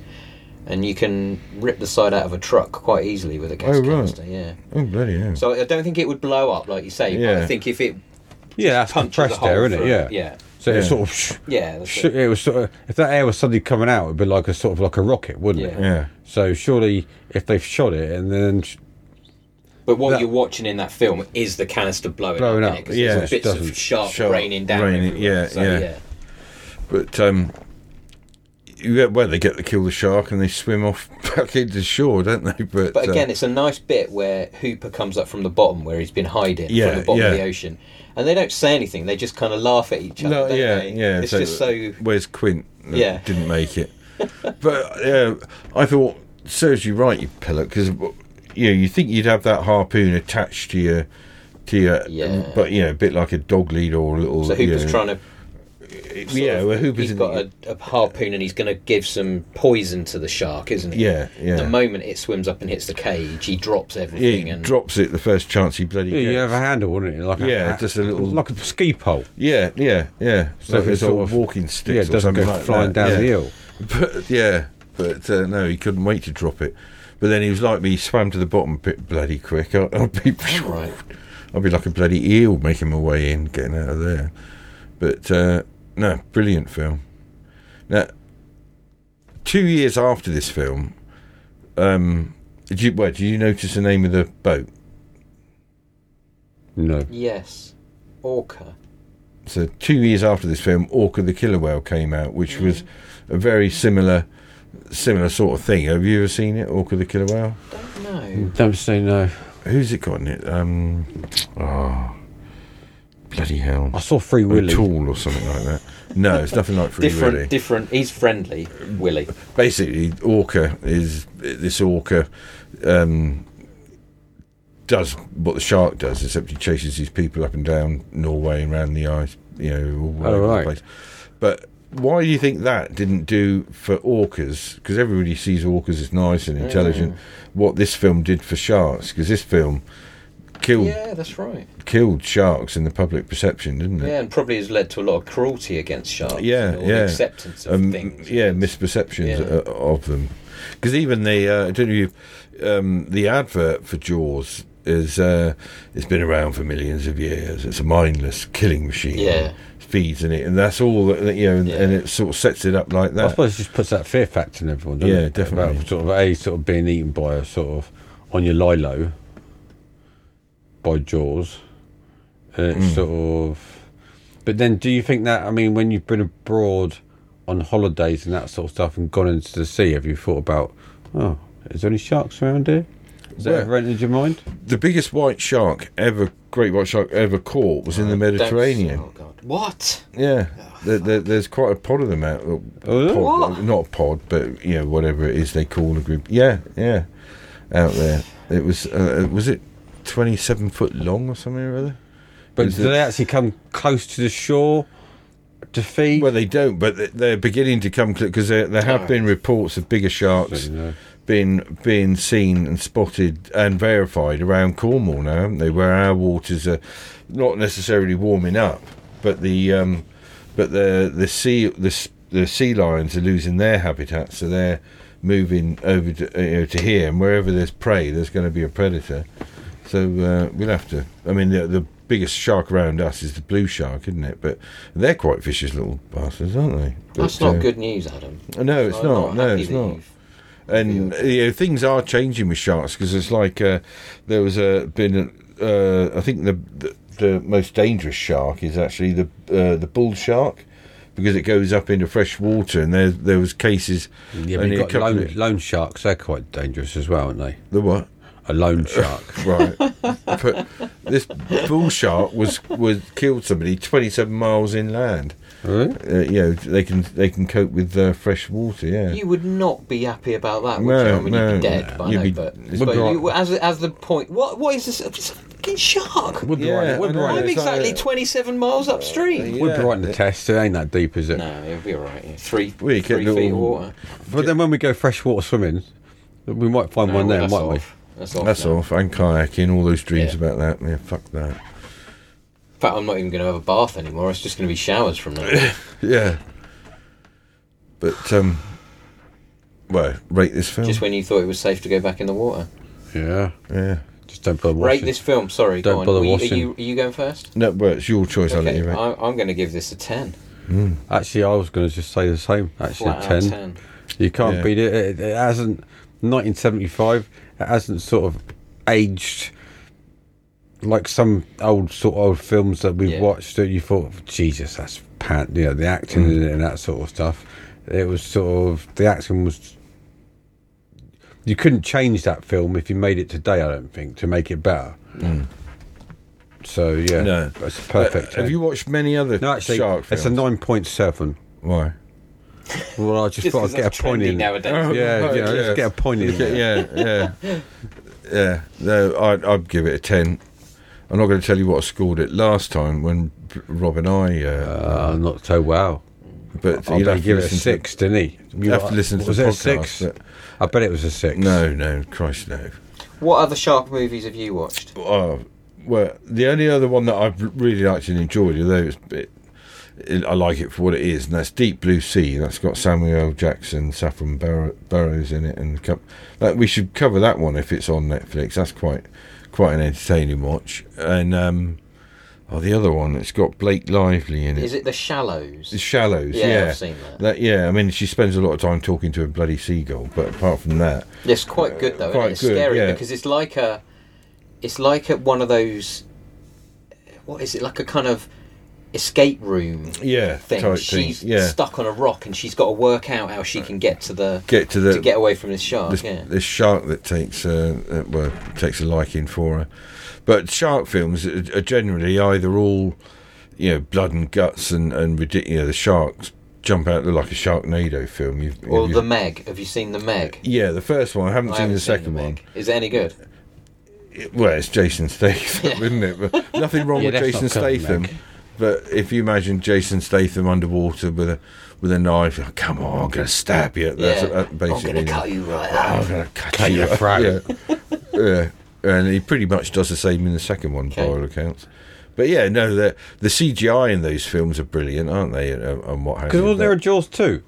[SPEAKER 2] and you can rip the side out of a truck quite easily with a gas
[SPEAKER 1] Oh, right.
[SPEAKER 2] canister. Yeah.
[SPEAKER 1] oh bloody hell!
[SPEAKER 2] So I don't think it would blow up like you say. But
[SPEAKER 1] Yeah.
[SPEAKER 2] I think if it
[SPEAKER 3] Yeah, that's
[SPEAKER 2] punches a
[SPEAKER 3] compressed
[SPEAKER 2] hole
[SPEAKER 3] air, isn't
[SPEAKER 2] through
[SPEAKER 3] it? Yeah.
[SPEAKER 2] Yeah.
[SPEAKER 3] So
[SPEAKER 1] Yeah.
[SPEAKER 3] it sort of. Sh-
[SPEAKER 2] Yeah. That's
[SPEAKER 3] sh-
[SPEAKER 2] it.
[SPEAKER 3] it was sort of. If that air was suddenly coming out, it'd be like a sort of like a rocket, wouldn't
[SPEAKER 2] Yeah.
[SPEAKER 3] it?
[SPEAKER 1] yeah,
[SPEAKER 3] So surely, if they've shot it and then sh-
[SPEAKER 2] But what
[SPEAKER 3] That-
[SPEAKER 2] you're watching in that film is the canister blowing,
[SPEAKER 3] Blowing
[SPEAKER 2] up,
[SPEAKER 3] up,
[SPEAKER 2] innit? 'Cause
[SPEAKER 1] yeah,
[SPEAKER 2] there's
[SPEAKER 1] it
[SPEAKER 2] bits
[SPEAKER 3] doesn't-
[SPEAKER 2] of shark,
[SPEAKER 1] sharp
[SPEAKER 2] raining down.
[SPEAKER 1] raining,
[SPEAKER 2] everywhere.
[SPEAKER 1] yeah,
[SPEAKER 2] So,
[SPEAKER 1] yeah.
[SPEAKER 2] yeah.
[SPEAKER 1] but um, you get where they get to kill the shark and they swim off [laughs] back into shore, don't they? But
[SPEAKER 2] But
[SPEAKER 1] uh,
[SPEAKER 2] again, it's a nice bit where Hooper comes up from the bottom where he's been hiding
[SPEAKER 1] Yeah,
[SPEAKER 2] from the bottom of
[SPEAKER 1] yeah.
[SPEAKER 2] the ocean, and they don't say anything. They just kind of laugh at each other.
[SPEAKER 1] No,
[SPEAKER 2] don't
[SPEAKER 1] yeah,
[SPEAKER 2] they?
[SPEAKER 1] yeah.
[SPEAKER 2] It's just so.
[SPEAKER 1] Where's Quint? that
[SPEAKER 2] Yeah.
[SPEAKER 1] didn't make it. but yeah, I thought serves you right, you pillock, because you know you think you'd have that harpoon attached to your to your,
[SPEAKER 2] Yeah.
[SPEAKER 1] but you know, a bit like a dog leader or a little.
[SPEAKER 2] So Hooper's
[SPEAKER 1] you know,
[SPEAKER 2] trying to. sort
[SPEAKER 1] yeah,
[SPEAKER 2] of-
[SPEAKER 1] well, Hooper's
[SPEAKER 2] he's
[SPEAKER 1] in
[SPEAKER 2] got
[SPEAKER 1] the-
[SPEAKER 2] a, a harpoon and he's going to give some poison to the shark, isn't he?
[SPEAKER 1] Yeah, yeah.
[SPEAKER 2] The moment it swims up and hits the cage, he drops everything
[SPEAKER 1] He
[SPEAKER 2] and
[SPEAKER 1] drops it the first chance he bloody
[SPEAKER 3] yeah,
[SPEAKER 1] gets.
[SPEAKER 3] you have a handle, wouldn't it? Like a,
[SPEAKER 1] Yeah, just a little-
[SPEAKER 3] like a ski pole.
[SPEAKER 1] yeah, yeah, yeah. So
[SPEAKER 3] Like a
[SPEAKER 1] it's
[SPEAKER 3] sort
[SPEAKER 1] sort of
[SPEAKER 3] of-
[SPEAKER 1] walking sticks
[SPEAKER 3] Yeah,
[SPEAKER 1] or
[SPEAKER 3] it doesn't
[SPEAKER 1] something
[SPEAKER 3] go
[SPEAKER 1] like
[SPEAKER 3] flying
[SPEAKER 1] that.
[SPEAKER 3] down
[SPEAKER 1] yeah.
[SPEAKER 3] the hill.
[SPEAKER 1] But yeah, but uh, no, he couldn't wait to drop it. But then he was like me, he swam to the bottom bit bloody quick. I'll, I'll be
[SPEAKER 2] Right.
[SPEAKER 1] [laughs] I'll be like a bloody eel making my way in, getting out of there. But uh, no, brilliant film. Now, two years after this film, um, did you wait? Did you notice the name of the boat?
[SPEAKER 3] No.
[SPEAKER 2] yes, orca.
[SPEAKER 1] So two years after this film, Orca the Killer Whale came out, which was a very similar, similar sort of thing. Have you ever seen it, Orca the Killer Whale?
[SPEAKER 2] Don't know.
[SPEAKER 3] Don't say no.
[SPEAKER 1] Who's it got in it? Um, oh, bloody hell.
[SPEAKER 3] I saw Free Oh, Willy.
[SPEAKER 1] Tool or something like that. No, it's nothing like Free
[SPEAKER 2] Different,
[SPEAKER 1] Willy.
[SPEAKER 2] different. He's friendly, Willy.
[SPEAKER 1] Basically, Orca is this Orca um, does what the shark does, except he chases these people up and down Norway and round the ice, you know, all
[SPEAKER 3] Oh,
[SPEAKER 1] over
[SPEAKER 3] right.
[SPEAKER 1] the place. But why do you think that didn't do for orcas? Because everybody sees orcas as nice and intelligent.
[SPEAKER 3] Mm.
[SPEAKER 1] What this film did for sharks? Because this film killed
[SPEAKER 2] Yeah, that's right.
[SPEAKER 1] killed sharks in the public perception, didn't
[SPEAKER 2] Yeah,
[SPEAKER 1] it?
[SPEAKER 2] and probably has led to a lot of cruelty against sharks.
[SPEAKER 1] Yeah,
[SPEAKER 2] and all
[SPEAKER 1] yeah.
[SPEAKER 2] The acceptance of
[SPEAKER 1] Um,
[SPEAKER 2] things.
[SPEAKER 1] yeah, misperceptions
[SPEAKER 2] Yeah.
[SPEAKER 1] uh of them. Because even the uh, I don't know if, um, the advert for Jaws is uh, it's been around for millions of years. It's a mindless killing machine.
[SPEAKER 2] Yeah.
[SPEAKER 1] Feeds in it, and that's all that that, you know, and,
[SPEAKER 2] Yeah.
[SPEAKER 1] and it sort of sets it up like
[SPEAKER 3] I
[SPEAKER 1] that.
[SPEAKER 3] suppose it just puts that fear factor in everyone, doesn't
[SPEAKER 1] Uh, Yeah,
[SPEAKER 3] it?
[SPEAKER 1] definitely.
[SPEAKER 3] About sort of a sort of being eaten by a sort of on your lilo by jaws, and it's
[SPEAKER 1] Mm.
[SPEAKER 3] sort of. But then, do you think that I mean, when you've been abroad on holidays and that sort of stuff, and gone into the sea, have you thought about, oh, is there any sharks around here? Has that
[SPEAKER 1] Well-
[SPEAKER 3] ever entered your mind?
[SPEAKER 1] The biggest white shark ever, great white shark ever caught, was in the
[SPEAKER 2] Don't-
[SPEAKER 1] Mediterranean.
[SPEAKER 2] Oh God! What?
[SPEAKER 1] Yeah, there, there, there's quite a pod of them out. Well,
[SPEAKER 3] Oh, really?
[SPEAKER 1] pod-
[SPEAKER 2] What?
[SPEAKER 1] Not a pod, but you know whatever it is they call the group. Yeah, yeah, out there. It was uh, was it twenty seven foot long or something or other.
[SPEAKER 3] But
[SPEAKER 1] Is
[SPEAKER 3] do
[SPEAKER 1] it-
[SPEAKER 3] they actually come close to the shore to feed?
[SPEAKER 1] Well, they don't, but they- they're beginning to come because there, there have been reports of bigger sharks
[SPEAKER 3] Don't know.
[SPEAKER 1] being being seen and spotted and verified around Cornwall now, haven't they? Where our waters are not necessarily warming up, but the um, but the the sea the s- the sea lions are losing their habitat, so they're moving over to, uh, you know, to here, and wherever there's prey, there's going to be a predator. So uh, we'll have to. I mean, the, the biggest shark around us is the blue shark, isn't it? But they're quite vicious little bastards, aren't they?
[SPEAKER 2] That's
[SPEAKER 1] But,
[SPEAKER 2] not
[SPEAKER 1] uh,
[SPEAKER 2] good news, Adam.
[SPEAKER 1] No, it's
[SPEAKER 2] I'm
[SPEAKER 1] not. no,
[SPEAKER 2] happy
[SPEAKER 1] it's
[SPEAKER 2] that
[SPEAKER 1] not
[SPEAKER 2] you've-
[SPEAKER 1] and you know, things are changing with sharks because it's like uh, there was a been uh, I think the, the the most dangerous shark is actually the uh, the bull shark because it goes up into fresh water and there there was cases
[SPEAKER 3] Yeah, but
[SPEAKER 1] only
[SPEAKER 3] you've
[SPEAKER 1] a
[SPEAKER 3] got
[SPEAKER 1] couple
[SPEAKER 3] lone,
[SPEAKER 1] of-
[SPEAKER 3] lone sharks. They're quite dangerous as well, aren't they?
[SPEAKER 1] the what [laughs]
[SPEAKER 3] A lone shark.
[SPEAKER 1] right but this bull shark was was killed somebody 27 miles inland
[SPEAKER 3] Really?
[SPEAKER 1] uh, you know they can they can cope with uh, fresh water yeah
[SPEAKER 2] You would not be happy about that, would
[SPEAKER 1] No,
[SPEAKER 2] you? I mean,
[SPEAKER 1] no,
[SPEAKER 2] you'd be dead
[SPEAKER 1] no.
[SPEAKER 2] by
[SPEAKER 1] You'd
[SPEAKER 2] now.
[SPEAKER 1] be-
[SPEAKER 2] but
[SPEAKER 1] it's
[SPEAKER 2] but
[SPEAKER 1] not-
[SPEAKER 2] you, as as the point, what what is this? It's a fucking shark.
[SPEAKER 3] We'll be
[SPEAKER 1] Yeah,
[SPEAKER 3] right. We'll
[SPEAKER 1] I
[SPEAKER 3] be
[SPEAKER 1] know.
[SPEAKER 3] right.
[SPEAKER 2] I'm
[SPEAKER 1] it's like
[SPEAKER 2] exactly
[SPEAKER 1] a-
[SPEAKER 2] 27 miles upstream.
[SPEAKER 3] We'll be
[SPEAKER 1] Yeah.
[SPEAKER 3] right in the test. It ain't that deep, is it?
[SPEAKER 2] No, it'll be all right. yeah. Three,
[SPEAKER 1] We get
[SPEAKER 2] three feet of
[SPEAKER 1] little-
[SPEAKER 2] water.
[SPEAKER 3] But then when we go freshwater swimming, we might find
[SPEAKER 2] No,
[SPEAKER 3] one there,
[SPEAKER 2] that's
[SPEAKER 3] mightn't we?
[SPEAKER 2] off. That's off.
[SPEAKER 1] that's
[SPEAKER 2] now.
[SPEAKER 1] off and kayaking all those dreams
[SPEAKER 2] Yeah.
[SPEAKER 1] about that yeah fuck that
[SPEAKER 2] In fact, I'm not even going to have a bath anymore. It's just going to be showers from now. on.
[SPEAKER 1] Yeah. But um well, rate this film.
[SPEAKER 2] just when you thought it was safe to go back in the water.
[SPEAKER 3] Yeah.
[SPEAKER 1] yeah.
[SPEAKER 3] Just don't bother
[SPEAKER 2] Rate
[SPEAKER 3] washing.
[SPEAKER 2] this film. Sorry,
[SPEAKER 3] Don't
[SPEAKER 2] go on.
[SPEAKER 3] bother
[SPEAKER 2] Were you, are,
[SPEAKER 3] washing.
[SPEAKER 2] you, are you going first?
[SPEAKER 1] No, well, it's your choice. I'll let
[SPEAKER 2] Okay,
[SPEAKER 1] you rate.
[SPEAKER 2] I'm, I'm going to give this a 10.
[SPEAKER 3] Actually, I was going to just say the same. Actually,
[SPEAKER 2] Flat out
[SPEAKER 3] 10.
[SPEAKER 2] 10.
[SPEAKER 3] You can't
[SPEAKER 1] Yeah.
[SPEAKER 3] beat it. it. It hasn't, 1975, it hasn't sort of aged like some old sort of old films that we've
[SPEAKER 2] Yeah.
[SPEAKER 3] watched that you thought, Jesus, that's pan, you know, the acting in
[SPEAKER 1] Mm.
[SPEAKER 3] it and that sort of stuff. It was sort of, the acting was, you couldn't change that film if you made it today, I don't think, to make it better. So, yeah,
[SPEAKER 1] Mm. No.
[SPEAKER 3] that's a
[SPEAKER 1] Uh,
[SPEAKER 3] perfect.
[SPEAKER 1] have you watched many other
[SPEAKER 3] no, actually,
[SPEAKER 1] shark
[SPEAKER 3] it's
[SPEAKER 1] films?
[SPEAKER 3] a 9.7.
[SPEAKER 1] Why?
[SPEAKER 3] Well, I just,
[SPEAKER 2] Just
[SPEAKER 3] thought
[SPEAKER 2] 'cause
[SPEAKER 3] I'd get
[SPEAKER 2] that's
[SPEAKER 3] a point
[SPEAKER 2] trendy
[SPEAKER 3] in.
[SPEAKER 2] nowadays.
[SPEAKER 1] [laughs] Oh,
[SPEAKER 3] Yeah,
[SPEAKER 1] right, [laughs]
[SPEAKER 3] yeah,
[SPEAKER 1] yeah.
[SPEAKER 3] let's get a point in.
[SPEAKER 1] Yeah, yeah, yeah. [laughs] yeah. No, I'd, I'd give it a ten. I'm not going to tell you what I scored it last time when Rob and I. Uh,
[SPEAKER 3] Uh, not so well.
[SPEAKER 1] but
[SPEAKER 3] I
[SPEAKER 1] you'll have
[SPEAKER 3] bet he
[SPEAKER 1] to
[SPEAKER 3] gave it a
[SPEAKER 1] listen to-
[SPEAKER 3] six, didn't he?
[SPEAKER 1] You have to listen to
[SPEAKER 3] was
[SPEAKER 1] the
[SPEAKER 3] it a
[SPEAKER 1] podcast,
[SPEAKER 3] six?
[SPEAKER 1] but-
[SPEAKER 3] I bet it was a six.
[SPEAKER 1] No, no, Christ no.
[SPEAKER 2] What other shark movies have you watched?
[SPEAKER 1] uh, well, the only other one that I've r- really liked and enjoyed, although it's it, it, I like it for what it is, and that's Deep Blue Sea. That's got Samuel L. Jackson, Saffron Bur- Burrows in it, and co- that we should cover that one if it's on Netflix. That's quite quite an entertaining watch. And um, oh, the other one, it's got Blake Lively in it.
[SPEAKER 2] Is it The Shallows?
[SPEAKER 1] The Shallows,
[SPEAKER 2] Yeah,
[SPEAKER 1] yeah.
[SPEAKER 2] I've seen that.
[SPEAKER 1] Yeah, I mean, she spends a lot of time talking to a bloody seagull, but apart from that,
[SPEAKER 2] It's quite good though. isn't it?
[SPEAKER 1] quite
[SPEAKER 2] It's
[SPEAKER 1] good,
[SPEAKER 2] scary
[SPEAKER 1] yeah.
[SPEAKER 2] because it's like a, it's like a, one of those. What is it like a kind of escape room
[SPEAKER 1] yeah,
[SPEAKER 2] thing?
[SPEAKER 1] type
[SPEAKER 2] she's
[SPEAKER 1] thing, yeah.
[SPEAKER 2] stuck on a rock and she's got to work out how she can get to the
[SPEAKER 1] Get to the
[SPEAKER 2] to get away from this shark.
[SPEAKER 1] this,
[SPEAKER 2] yeah.
[SPEAKER 1] this shark that takes uh, uh, well takes a liking for her. But shark films are are generally either all you know blood and guts and and ridic- you know the sharks jump out look like a Sharknado film. You've,
[SPEAKER 2] or
[SPEAKER 1] you've-
[SPEAKER 2] the Meg. Have you seen the Meg?
[SPEAKER 1] yeah, the first one. I haven't
[SPEAKER 2] I
[SPEAKER 1] seen
[SPEAKER 2] haven't
[SPEAKER 1] the second one.
[SPEAKER 2] Meg. Is it any good?
[SPEAKER 1] It- well, it's Jason Statham, isn't it?
[SPEAKER 2] [laughs]
[SPEAKER 1] But nothing wrong
[SPEAKER 3] Yeah,
[SPEAKER 1] with
[SPEAKER 3] that's
[SPEAKER 1] Jason
[SPEAKER 3] not covering
[SPEAKER 1] Statham.
[SPEAKER 3] Meg.
[SPEAKER 1] But if you imagine Jason Statham underwater with a with a knife, like, come on, I'm going to stab you. That's
[SPEAKER 2] yeah.
[SPEAKER 1] uh, basically. Oh,
[SPEAKER 2] I'm gonna
[SPEAKER 1] it.
[SPEAKER 2] cut you right out.
[SPEAKER 1] I'm gonna cut,
[SPEAKER 3] Cut your
[SPEAKER 1] up.
[SPEAKER 3] throat.
[SPEAKER 1] Yeah. [laughs] yeah, and he pretty much does the same in the second one, by
[SPEAKER 2] Okay.
[SPEAKER 1] all accounts. But yeah, no, the the CGI in those films are brilliant, aren't they? And, and what have
[SPEAKER 3] Because
[SPEAKER 1] you.
[SPEAKER 3] wasn't there a Jaws 2?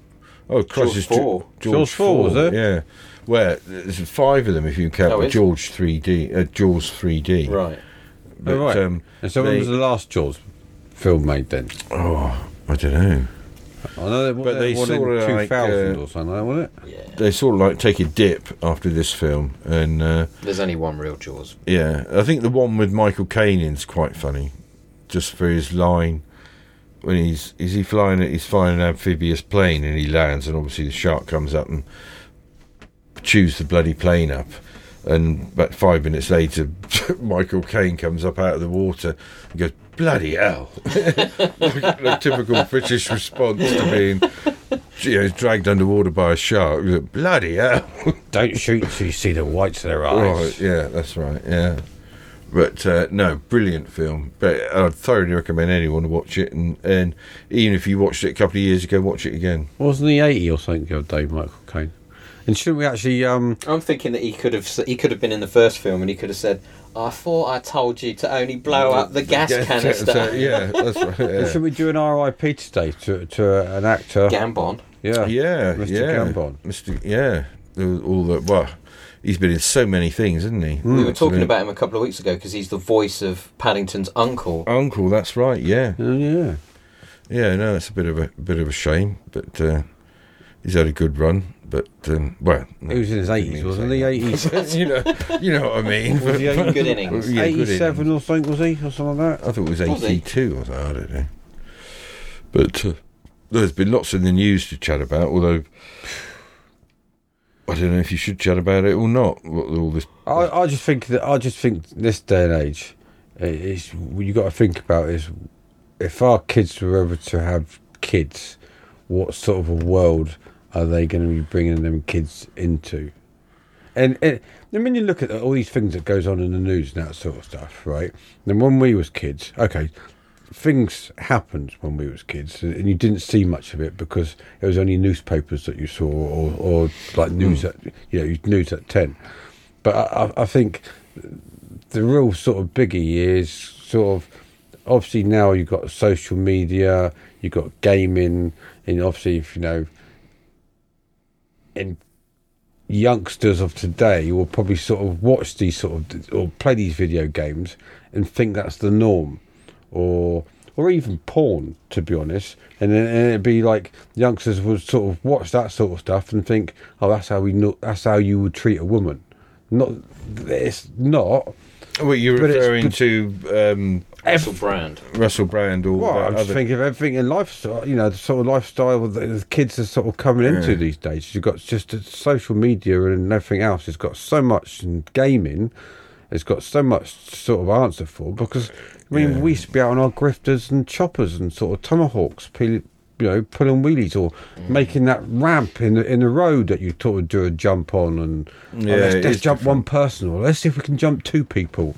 [SPEAKER 1] oh, Christ,
[SPEAKER 2] Jaws
[SPEAKER 1] it's Ju-
[SPEAKER 2] four?
[SPEAKER 1] George
[SPEAKER 3] Jaws four, was there?
[SPEAKER 1] Yeah, where there's five of them if you count
[SPEAKER 2] Oh,
[SPEAKER 1] the
[SPEAKER 2] is it?
[SPEAKER 1] George 3D, uh, Jaws 3D.
[SPEAKER 2] Right.
[SPEAKER 1] But,
[SPEAKER 3] oh, right.
[SPEAKER 1] um,
[SPEAKER 3] and so when
[SPEAKER 1] they-
[SPEAKER 3] was the last Jaws film made then?
[SPEAKER 1] oh, I don't know.
[SPEAKER 3] I know they,
[SPEAKER 1] But
[SPEAKER 3] they
[SPEAKER 1] they
[SPEAKER 3] one in
[SPEAKER 1] sort of like,
[SPEAKER 3] 2000
[SPEAKER 1] uh,
[SPEAKER 3] or something, like that, wasn't it?
[SPEAKER 2] Yeah.
[SPEAKER 1] They sort of like take a dip after this film, and uh,
[SPEAKER 2] There's only one real Jaws.
[SPEAKER 1] yeah, I think the one with Michael Caine in's quite funny, just for his line when he's is he flying he's flying an amphibious plane and he lands, and obviously the shark comes up and chews the bloody plane up. And about five minutes later, [laughs] Michael Caine comes up out of the water and goes, "Bloody hell!" [laughs] like a typical British response to being you know, dragged underwater by a shark. He goes, Bloody hell!
[SPEAKER 3] Don't shoot till you see the whites of their
[SPEAKER 1] Right, Oh, yeah, that's right, yeah. But uh, no, brilliant film. But I'd thoroughly recommend anyone to watch it. And, and even if you watched it a couple of years ago, watch it again.
[SPEAKER 3] Wasn't he 80 or something, old Dave Michael Caine? And shouldn't we actually um,
[SPEAKER 2] I'm thinking that he could have s- he could have been in the first film and he could have said, "I thought I told you to only blow up Oh, the gas
[SPEAKER 1] Yeah, [laughs] so-
[SPEAKER 2] canister."
[SPEAKER 1] so- yeah, that's right.
[SPEAKER 3] Should
[SPEAKER 1] Yeah,
[SPEAKER 3] we do an RIP today to, to an actor?
[SPEAKER 2] Gambon.
[SPEAKER 3] Yeah.
[SPEAKER 1] yeah,
[SPEAKER 3] Mr.
[SPEAKER 1] yeah.
[SPEAKER 3] Gambon.
[SPEAKER 1] Mr. Yeah, all all the well, he's been in so many things, hasn't he?
[SPEAKER 2] We were talking about him a couple of weeks ago because he's the voice of Paddington's uncle.
[SPEAKER 1] Uncle. That's right. Yeah,
[SPEAKER 3] Oh, yeah.
[SPEAKER 1] yeah. No, it's a bit of a bit of a shame, but uh, he's had a good run. But um, well, no,
[SPEAKER 3] He was in his
[SPEAKER 1] didn't mean
[SPEAKER 3] 80s,
[SPEAKER 1] to
[SPEAKER 3] wasn't
[SPEAKER 1] say
[SPEAKER 3] he?
[SPEAKER 1] that.
[SPEAKER 3] 80s.
[SPEAKER 1] you know, you know what I mean.
[SPEAKER 3] Was he
[SPEAKER 1] But-
[SPEAKER 3] only
[SPEAKER 2] Good innings.
[SPEAKER 1] Yeah, good
[SPEAKER 3] 87 or something, was he? Or something like that?
[SPEAKER 1] I thought it was
[SPEAKER 2] Was he?
[SPEAKER 1] 82 or something, I don't know. But uh, there's been lots in the news to chat about, although I don't know if you should chat about it or not. What, all this,
[SPEAKER 3] I, I just think that I just think this day and age, i- it's what you got to think about is if our kids were ever to have kids, what sort of a world are they going to be bringing them kids into? And, and then when you look at all these things that goes on in the news and that sort of stuff, right? Then when we was kids, okay, things happened when we was kids, and you didn't see much of it because it was only newspapers that you saw, or, or like news at you know news at ten. But I, I I think the real sort of biggie is sort of obviously now you've got social media, you've got gaming, and obviously if you know, and youngsters of today will probably sort of watch these sort of or play these video games and think that's the norm, or or even porn to be honest, and then and it'd be like youngsters would sort of watch that sort of stuff and think, oh, that's how we know, that's how you would treat a woman. Not, it's not.
[SPEAKER 1] well, you're
[SPEAKER 3] But it's-
[SPEAKER 1] referring to um,
[SPEAKER 2] Russell Brand.
[SPEAKER 1] Russell Brand or
[SPEAKER 3] Well,
[SPEAKER 1] that
[SPEAKER 3] I'm just
[SPEAKER 1] other-
[SPEAKER 3] thinking of everything in lifestyle, you know, the sort of lifestyle that the kids are sort of coming into these days. You've got just the social media and everything else. It's got so much and gaming. It's got so much to sort of answer for because I mean we used to be out on our grifters and choppers and sort of tomahawks, peel, you know, pulling wheelies or
[SPEAKER 1] Mm.
[SPEAKER 3] making that ramp in the in the road that you sort of do a jump on and oh,
[SPEAKER 1] Yeah,
[SPEAKER 3] let's,
[SPEAKER 1] it
[SPEAKER 3] let's
[SPEAKER 1] is
[SPEAKER 3] jump one person or let's see if we can jump two people.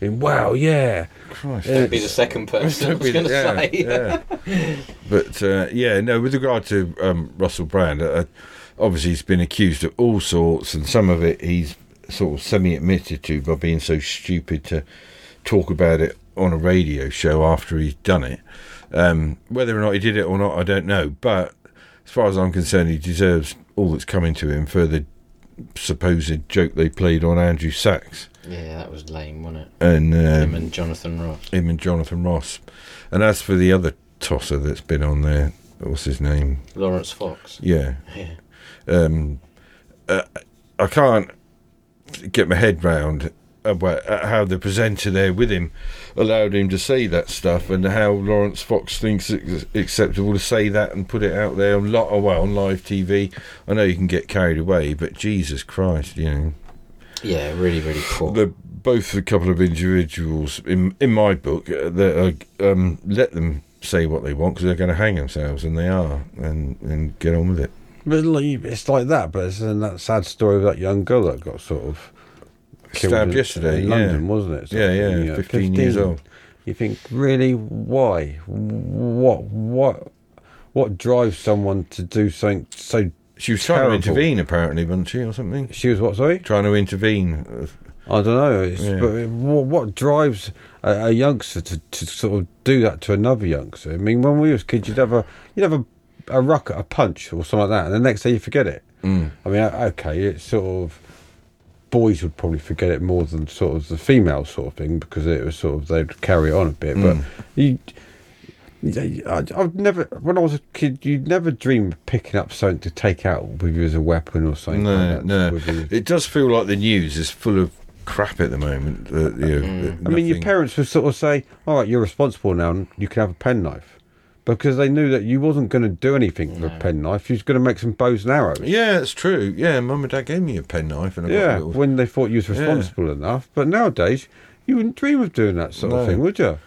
[SPEAKER 3] And wow, yeah,
[SPEAKER 1] Christ.
[SPEAKER 3] Yeah,
[SPEAKER 2] Be
[SPEAKER 1] [laughs]
[SPEAKER 2] the second person. I was going to
[SPEAKER 1] yeah,
[SPEAKER 2] say.
[SPEAKER 1] yeah. but uh, yeah, no. With regard to um, Russell Brand, uh, obviously he's been accused of all sorts, and some of it he's sort of semi-admitted to by being so stupid to talk about it on a radio show after he's done it. Um, whether or not he did it or not, I don't know. But as far as I'm concerned, he deserves all that's coming to him for the supposed joke they played on Andrew Sachs
[SPEAKER 2] Yeah, that was lame, wasn't it?
[SPEAKER 1] and um,
[SPEAKER 2] Him [laughs] and Jonathan Ross.
[SPEAKER 1] him and Jonathan Ross. And as for the other tosser that's been on there, what's his name?
[SPEAKER 2] Lawrence Fox.
[SPEAKER 1] Yeah,
[SPEAKER 2] Yeah.
[SPEAKER 1] um, uh, I can't get my head round about uh, how the presenter there with him allowed him to say that stuff, and how Lawrence Fox thinks it's acceptable to say that and put it out there on lot well, on live TV. I know you can get carried away, but Jesus Christ, you know
[SPEAKER 2] Yeah, really, really poor.
[SPEAKER 1] they're both a couple of individuals in in my book uh, that are, um, let them say what they want because they're going to hang themselves, and they are, and and get on with it.
[SPEAKER 3] But it's like- it's like that, but it's in that sad story of that young girl that got sort of killed
[SPEAKER 1] Stabbed
[SPEAKER 3] in-
[SPEAKER 1] yesterday,
[SPEAKER 3] in
[SPEAKER 1] yeah.
[SPEAKER 3] London, wasn't it? Sort
[SPEAKER 1] Yeah,
[SPEAKER 3] of thing,
[SPEAKER 1] yeah,
[SPEAKER 3] you know,
[SPEAKER 1] 15 years old.
[SPEAKER 3] You think, really, why? What, what, what drives someone to do something so?
[SPEAKER 1] She was trying
[SPEAKER 3] Terrible.
[SPEAKER 1] to intervene, apparently, wasn't she, or something?
[SPEAKER 3] She was what? Sorry,
[SPEAKER 1] Trying to intervene. Uh,
[SPEAKER 3] I don't know. It's,
[SPEAKER 1] Yeah.
[SPEAKER 3] But what, what drives a, a youngster to, to sort of do that to another youngster? I mean, when we was kids, you'd have a you'd have a, a ruck at a punch or something like that, and the next day you forget it.
[SPEAKER 1] Mm.
[SPEAKER 3] I mean, o- okay, it's sort of boys would probably forget it more than sort of the female sort of thing because it was sort of they'd carry on a bit.
[SPEAKER 1] Mm.
[SPEAKER 3] But you, you- I, I've never when I was a kid, you'd never dream of picking up something to take out with you as a weapon or something.
[SPEAKER 1] No,
[SPEAKER 3] like that
[SPEAKER 1] no.
[SPEAKER 3] with you.
[SPEAKER 1] It does feel like the news is full of crap at the moment. That you, that
[SPEAKER 3] I mean, your
[SPEAKER 1] nothing-
[SPEAKER 3] parents would sort of say, "All right, you're responsible now, and you can have a penknife," because they knew that you wasn't going to do anything with a penknife. You was going to make some bows and arrows.
[SPEAKER 1] Yeah, it's true. Yeah, mum and dad gave me a penknife and I got
[SPEAKER 3] Yeah,
[SPEAKER 1] a little.
[SPEAKER 3] when they thought you was responsible enough. But nowadays, you wouldn't dream of doing that sort
[SPEAKER 1] No.
[SPEAKER 3] of thing, would you?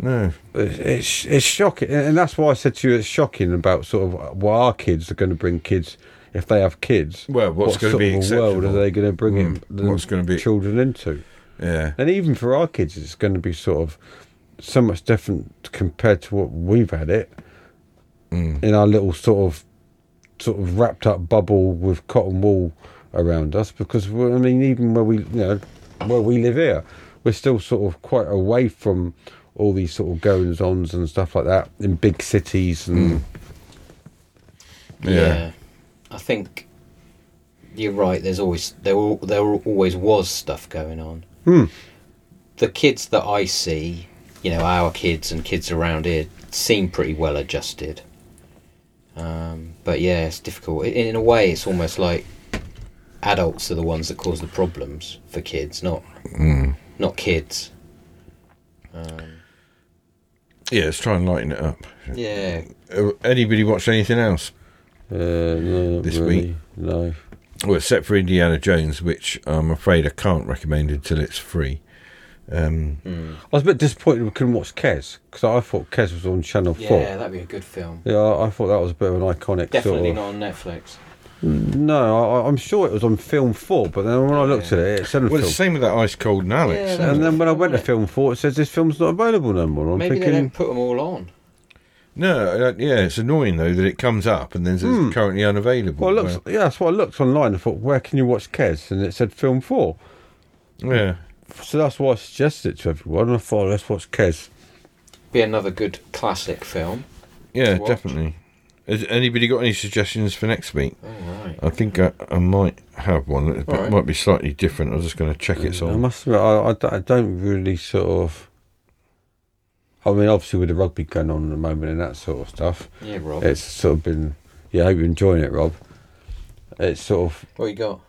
[SPEAKER 1] No.
[SPEAKER 3] It's, it's it's shocking, and and that's why I said to you, it's shocking about sort of what our kids are going to bring kids if they have kids.
[SPEAKER 1] Well, what's
[SPEAKER 3] what
[SPEAKER 1] gonna
[SPEAKER 3] sort
[SPEAKER 1] be
[SPEAKER 3] of a world are
[SPEAKER 1] acceptable?
[SPEAKER 3] they going to bring
[SPEAKER 1] Mm,
[SPEAKER 3] in the
[SPEAKER 1] what's gonna be-
[SPEAKER 3] children into?
[SPEAKER 1] Yeah.
[SPEAKER 3] And even for our kids, it's going to be sort of so much different compared to what we've had it
[SPEAKER 1] Mm.
[SPEAKER 3] in our little sort of sort of wrapped up bubble with cotton wool around us. Because well, I mean, even where we you know where we live here, we're still sort of quite away from all these sort of goings ons and stuff like that in big cities and
[SPEAKER 1] Yeah.
[SPEAKER 2] I think you're right. There's always there al- there always was stuff going on.
[SPEAKER 3] Hmm.
[SPEAKER 2] The kids that I see, you know, our kids and kids around here seem pretty well adjusted. Um, but yeah, it's difficult. In, in a way, it's almost like adults are the ones that cause the problems for kids, not
[SPEAKER 3] Hmm.
[SPEAKER 2] not kids.
[SPEAKER 1] Yeah, let's try and lighten it up.
[SPEAKER 2] Yeah,
[SPEAKER 1] Uh, anybody watch anything else?
[SPEAKER 3] uh, no,
[SPEAKER 1] Mm.
[SPEAKER 3] not
[SPEAKER 1] This
[SPEAKER 3] really,
[SPEAKER 1] week?
[SPEAKER 3] no.
[SPEAKER 1] Well, except for Indiana Jones, which I'm afraid I can't recommend until it's free. Um,
[SPEAKER 3] I was a bit disappointed we couldn't watch Kes because I thought Kes was on Channel
[SPEAKER 2] yeah,
[SPEAKER 3] Four.
[SPEAKER 2] that'd be a good film.
[SPEAKER 3] Yeah, I I thought that was a bit of an iconic
[SPEAKER 2] Definitely
[SPEAKER 3] sort of.
[SPEAKER 2] not on Netflix.
[SPEAKER 3] No, I, I'm sure it was on film four, but then when I looked at it, it said on
[SPEAKER 1] well, it's the same
[SPEAKER 3] film.
[SPEAKER 1] with that Ice Cold um, and Alex.
[SPEAKER 2] Yeah,
[SPEAKER 1] isn't
[SPEAKER 2] that-
[SPEAKER 1] it?
[SPEAKER 3] And then when I went to film four, it says this film's not available no more. I'm
[SPEAKER 2] Maybe they
[SPEAKER 3] thinking,
[SPEAKER 2] don't put them all on.
[SPEAKER 1] No, I don't- yeah, it's annoying though that it comes up and then says currently unavailable.
[SPEAKER 3] Hmm. well, it looks,
[SPEAKER 1] Well,
[SPEAKER 3] yeah, that's what I looked online. I thought, where can you watch Kes? And it said film four.
[SPEAKER 1] yeah,
[SPEAKER 3] So that's why I suggested it to everyone. I thought, let's watch Kes.
[SPEAKER 2] Be another good classic film.
[SPEAKER 1] yeah,
[SPEAKER 2] Watch.
[SPEAKER 1] definitely. Has anybody got any suggestions for next week?
[SPEAKER 2] All right.
[SPEAKER 1] I think I, I might have one that
[SPEAKER 2] All right.
[SPEAKER 1] might be slightly different. I was just going to check it's
[SPEAKER 3] I
[SPEAKER 1] on.
[SPEAKER 3] must admit, I, I don't- I don't really sort of. I mean, obviously, with the rugby going on at the moment and that sort of stuff,
[SPEAKER 2] Yeah, Rob.
[SPEAKER 3] it's sort of been. Yeah, I hope you're enjoying it, Rob. It's sort of
[SPEAKER 2] What you got?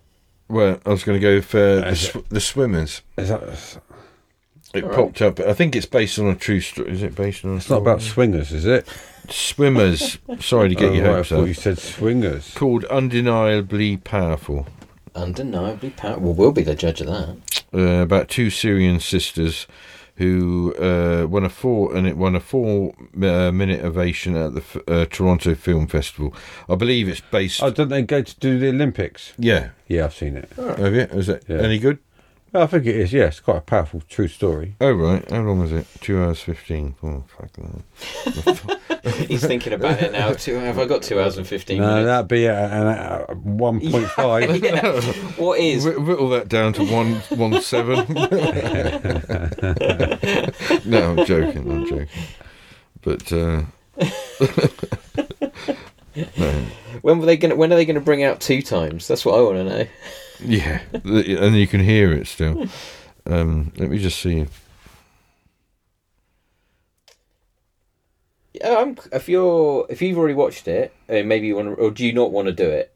[SPEAKER 1] Well, I was going to go for the,
[SPEAKER 3] Is
[SPEAKER 1] sw- the swimmers.
[SPEAKER 3] Is that,
[SPEAKER 1] It
[SPEAKER 2] All right.
[SPEAKER 1] popped up. I think it's based on a true story. Is it based on? A
[SPEAKER 3] it's not about swingers, is it?
[SPEAKER 1] swimmers. Sorry to get
[SPEAKER 3] Oh,
[SPEAKER 1] your
[SPEAKER 3] right, I
[SPEAKER 1] hopes
[SPEAKER 3] thought
[SPEAKER 1] up.
[SPEAKER 3] you said swingers.
[SPEAKER 1] Called undeniably powerful.
[SPEAKER 2] Undeniably powerful. Well, we'll be the judge of that.
[SPEAKER 1] uh, about two Syrian sisters who uh, won a four and it won a four uh, minute ovation at the F- uh, Toronto Film Festival. I believe it's based.
[SPEAKER 3] Oh, don't they go to do the Olympics?
[SPEAKER 1] yeah,
[SPEAKER 3] Yeah, I've seen it.
[SPEAKER 1] have you? Is it
[SPEAKER 3] Yeah.
[SPEAKER 1] any good?
[SPEAKER 3] I think it is. Yeah, it's quite a powerful true story.
[SPEAKER 1] Oh right, how long was it? Two hours fifteen. Oh fuck that.
[SPEAKER 2] [laughs] He's thinking about it now. Two, have I got two hours and 15
[SPEAKER 3] No,
[SPEAKER 2] minutes?
[SPEAKER 3] that'd be at an hour-
[SPEAKER 1] [laughs]
[SPEAKER 3] 1.5.
[SPEAKER 2] [laughs] Yeah. What is.
[SPEAKER 1] Wh- Whittle that down to one one
[SPEAKER 3] [laughs]
[SPEAKER 1] seven. [laughs] no, I'm joking. I'm joking. But uh,
[SPEAKER 2] When were they going? When are they going to bring out two times? That's what I want to know.
[SPEAKER 1] yeah, the- and you can hear it still.
[SPEAKER 2] Hmm.
[SPEAKER 1] Um, let me just see.
[SPEAKER 2] Yeah, I'm, if you're if you've already watched it, uh, maybe you want to, or do you not want to do it?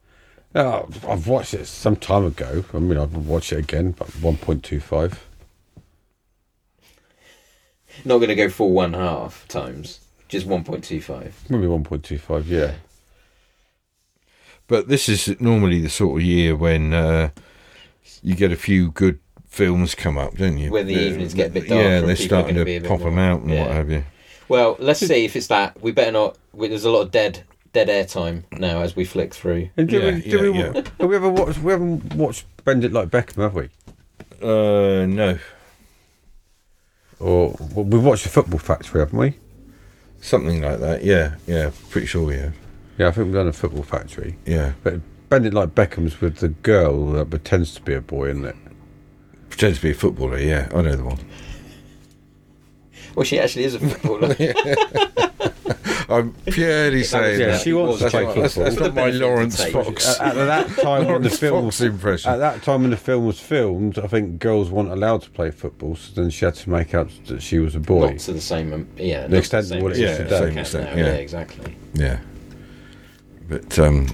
[SPEAKER 3] Oh, I've watched it some time ago. I mean, I'll watch it again, but 1.25.
[SPEAKER 2] Not going to go full one half times, just one point two five.
[SPEAKER 3] Maybe 1.25, yeah.
[SPEAKER 1] But this is normally the sort of year when uh, you get a few good films come up, don't you? Uh,
[SPEAKER 2] When the evenings get a bit
[SPEAKER 1] Yeah,
[SPEAKER 2] darker and
[SPEAKER 1] they're
[SPEAKER 2] people are
[SPEAKER 1] starting
[SPEAKER 2] gonna
[SPEAKER 1] to
[SPEAKER 2] be a bit
[SPEAKER 1] pop
[SPEAKER 2] more-
[SPEAKER 1] them out and what
[SPEAKER 2] yeah.
[SPEAKER 1] have you.
[SPEAKER 2] Well, let's see if it's that. We better not. We, there's a lot of dead dead air time now as we flick through.
[SPEAKER 3] And do
[SPEAKER 1] Yeah,
[SPEAKER 3] we, do
[SPEAKER 1] yeah,
[SPEAKER 3] we,
[SPEAKER 1] yeah.
[SPEAKER 3] Have we ever watched, we haven't watched Bend It Like Beckham, have we?
[SPEAKER 1] Uh, no,
[SPEAKER 3] Or well, we've watched The Football Factory, haven't we?
[SPEAKER 1] something like that. Yeah, yeah, pretty sure we have.
[SPEAKER 3] Yeah, I think we've done a Football Factory.
[SPEAKER 1] Yeah,
[SPEAKER 3] But Bend It Like Beckham's with the girl that pretends to be a boy, isn't it?
[SPEAKER 1] pretend to be a footballer. Yeah, I know the one.
[SPEAKER 2] Well, she actually is a footballer.
[SPEAKER 1] I'm
[SPEAKER 2] [laughs]
[SPEAKER 1] purely saying
[SPEAKER 3] yeah,
[SPEAKER 1] that.
[SPEAKER 3] she wants to
[SPEAKER 1] that's,
[SPEAKER 3] play
[SPEAKER 1] not, that's, that's
[SPEAKER 3] football.
[SPEAKER 1] not my Lawrence Fox.
[SPEAKER 2] Uh,
[SPEAKER 3] At, at that time when the
[SPEAKER 1] Lawrence
[SPEAKER 3] film
[SPEAKER 1] Fox impression.
[SPEAKER 3] At that time when the film was filmed, I think girls weren't allowed to play football, so then she had to make out that she was a boy.
[SPEAKER 2] Not to the same, um, yeah. not
[SPEAKER 3] extent
[SPEAKER 2] the
[SPEAKER 3] of
[SPEAKER 2] same
[SPEAKER 3] what it
[SPEAKER 1] is
[SPEAKER 2] extent
[SPEAKER 1] today.
[SPEAKER 2] as
[SPEAKER 1] Same
[SPEAKER 2] it can
[SPEAKER 1] extent,
[SPEAKER 2] now,
[SPEAKER 1] yeah.
[SPEAKER 2] yeah, exactly.
[SPEAKER 1] yeah. But um,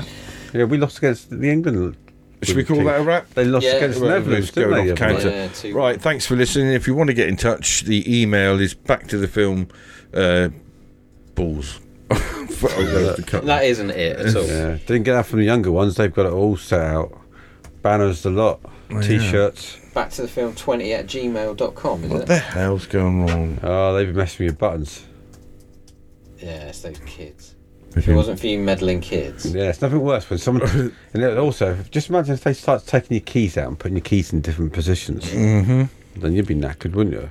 [SPEAKER 3] Yeah, we lost against the England.
[SPEAKER 1] should we call
[SPEAKER 3] team.
[SPEAKER 1] that a wrap?
[SPEAKER 3] They lost
[SPEAKER 2] Yeah,
[SPEAKER 3] against the
[SPEAKER 1] Well,
[SPEAKER 3] Netherlands,
[SPEAKER 1] it's going
[SPEAKER 3] didn't they?
[SPEAKER 1] off
[SPEAKER 3] the other
[SPEAKER 1] counter.
[SPEAKER 3] night?
[SPEAKER 2] Yeah, two-
[SPEAKER 1] right, thanks for listening. If you want to get in touch, the email is back to the film uh, balls. [laughs]
[SPEAKER 2] That isn't it at all.
[SPEAKER 3] Yeah, didn't get that from the younger ones. They've got it all set out. Banners, the lot,
[SPEAKER 1] Oh, yeah.
[SPEAKER 3] t-shirts.
[SPEAKER 2] Back to the film 20 at gmail.com, is
[SPEAKER 1] what
[SPEAKER 2] it?
[SPEAKER 1] the hell's going wrong?
[SPEAKER 3] Oh, they've been messing with your buttons.
[SPEAKER 2] Yeah, it's those kids. If it wasn't for you meddling kids.
[SPEAKER 3] Yeah, it's nothing worse
[SPEAKER 1] [laughs]
[SPEAKER 3] when someone. and then also, just imagine if they start taking your keys out and putting your keys in different positions. Mm-hmm. Then you'd be knackered, wouldn't you?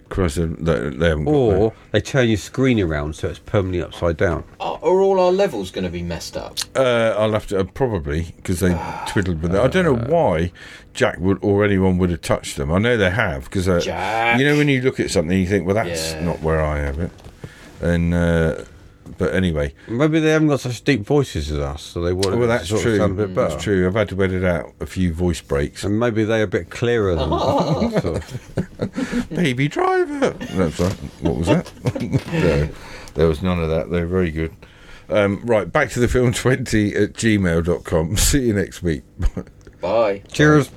[SPEAKER 1] Of course, they, they, they haven't got
[SPEAKER 3] Or they turn your screen around so it's permanently upside down.
[SPEAKER 2] Are, are all our levels going to be messed up?
[SPEAKER 1] Uh, I'll have to uh, probably because they twiddled with it. I don't
[SPEAKER 2] Uh.
[SPEAKER 1] know why Jack would or anyone would have touched them. I know they have because uh,
[SPEAKER 2] Jack.
[SPEAKER 1] you know when you look at something you think, well, that's
[SPEAKER 2] Yeah.
[SPEAKER 1] not where I have it. And uh, but anyway,
[SPEAKER 3] Maybe they haven't got such deep voices as us, so they want
[SPEAKER 1] well,
[SPEAKER 3] it to
[SPEAKER 1] that's
[SPEAKER 3] sort of
[SPEAKER 1] true.
[SPEAKER 3] sound a bit better.
[SPEAKER 1] That's true. I've had to edit out a few voice breaks.
[SPEAKER 3] And maybe they're a bit clearer
[SPEAKER 1] [laughs]
[SPEAKER 3] than us. so-
[SPEAKER 1] Baby driver. That's right. What was that? [laughs]
[SPEAKER 3] [laughs]
[SPEAKER 1] no, there was none of that. They're very good. Um, right, [laughs] back to the film twenty at gmail.com. See you next week.
[SPEAKER 2] Bye.
[SPEAKER 3] Cheers.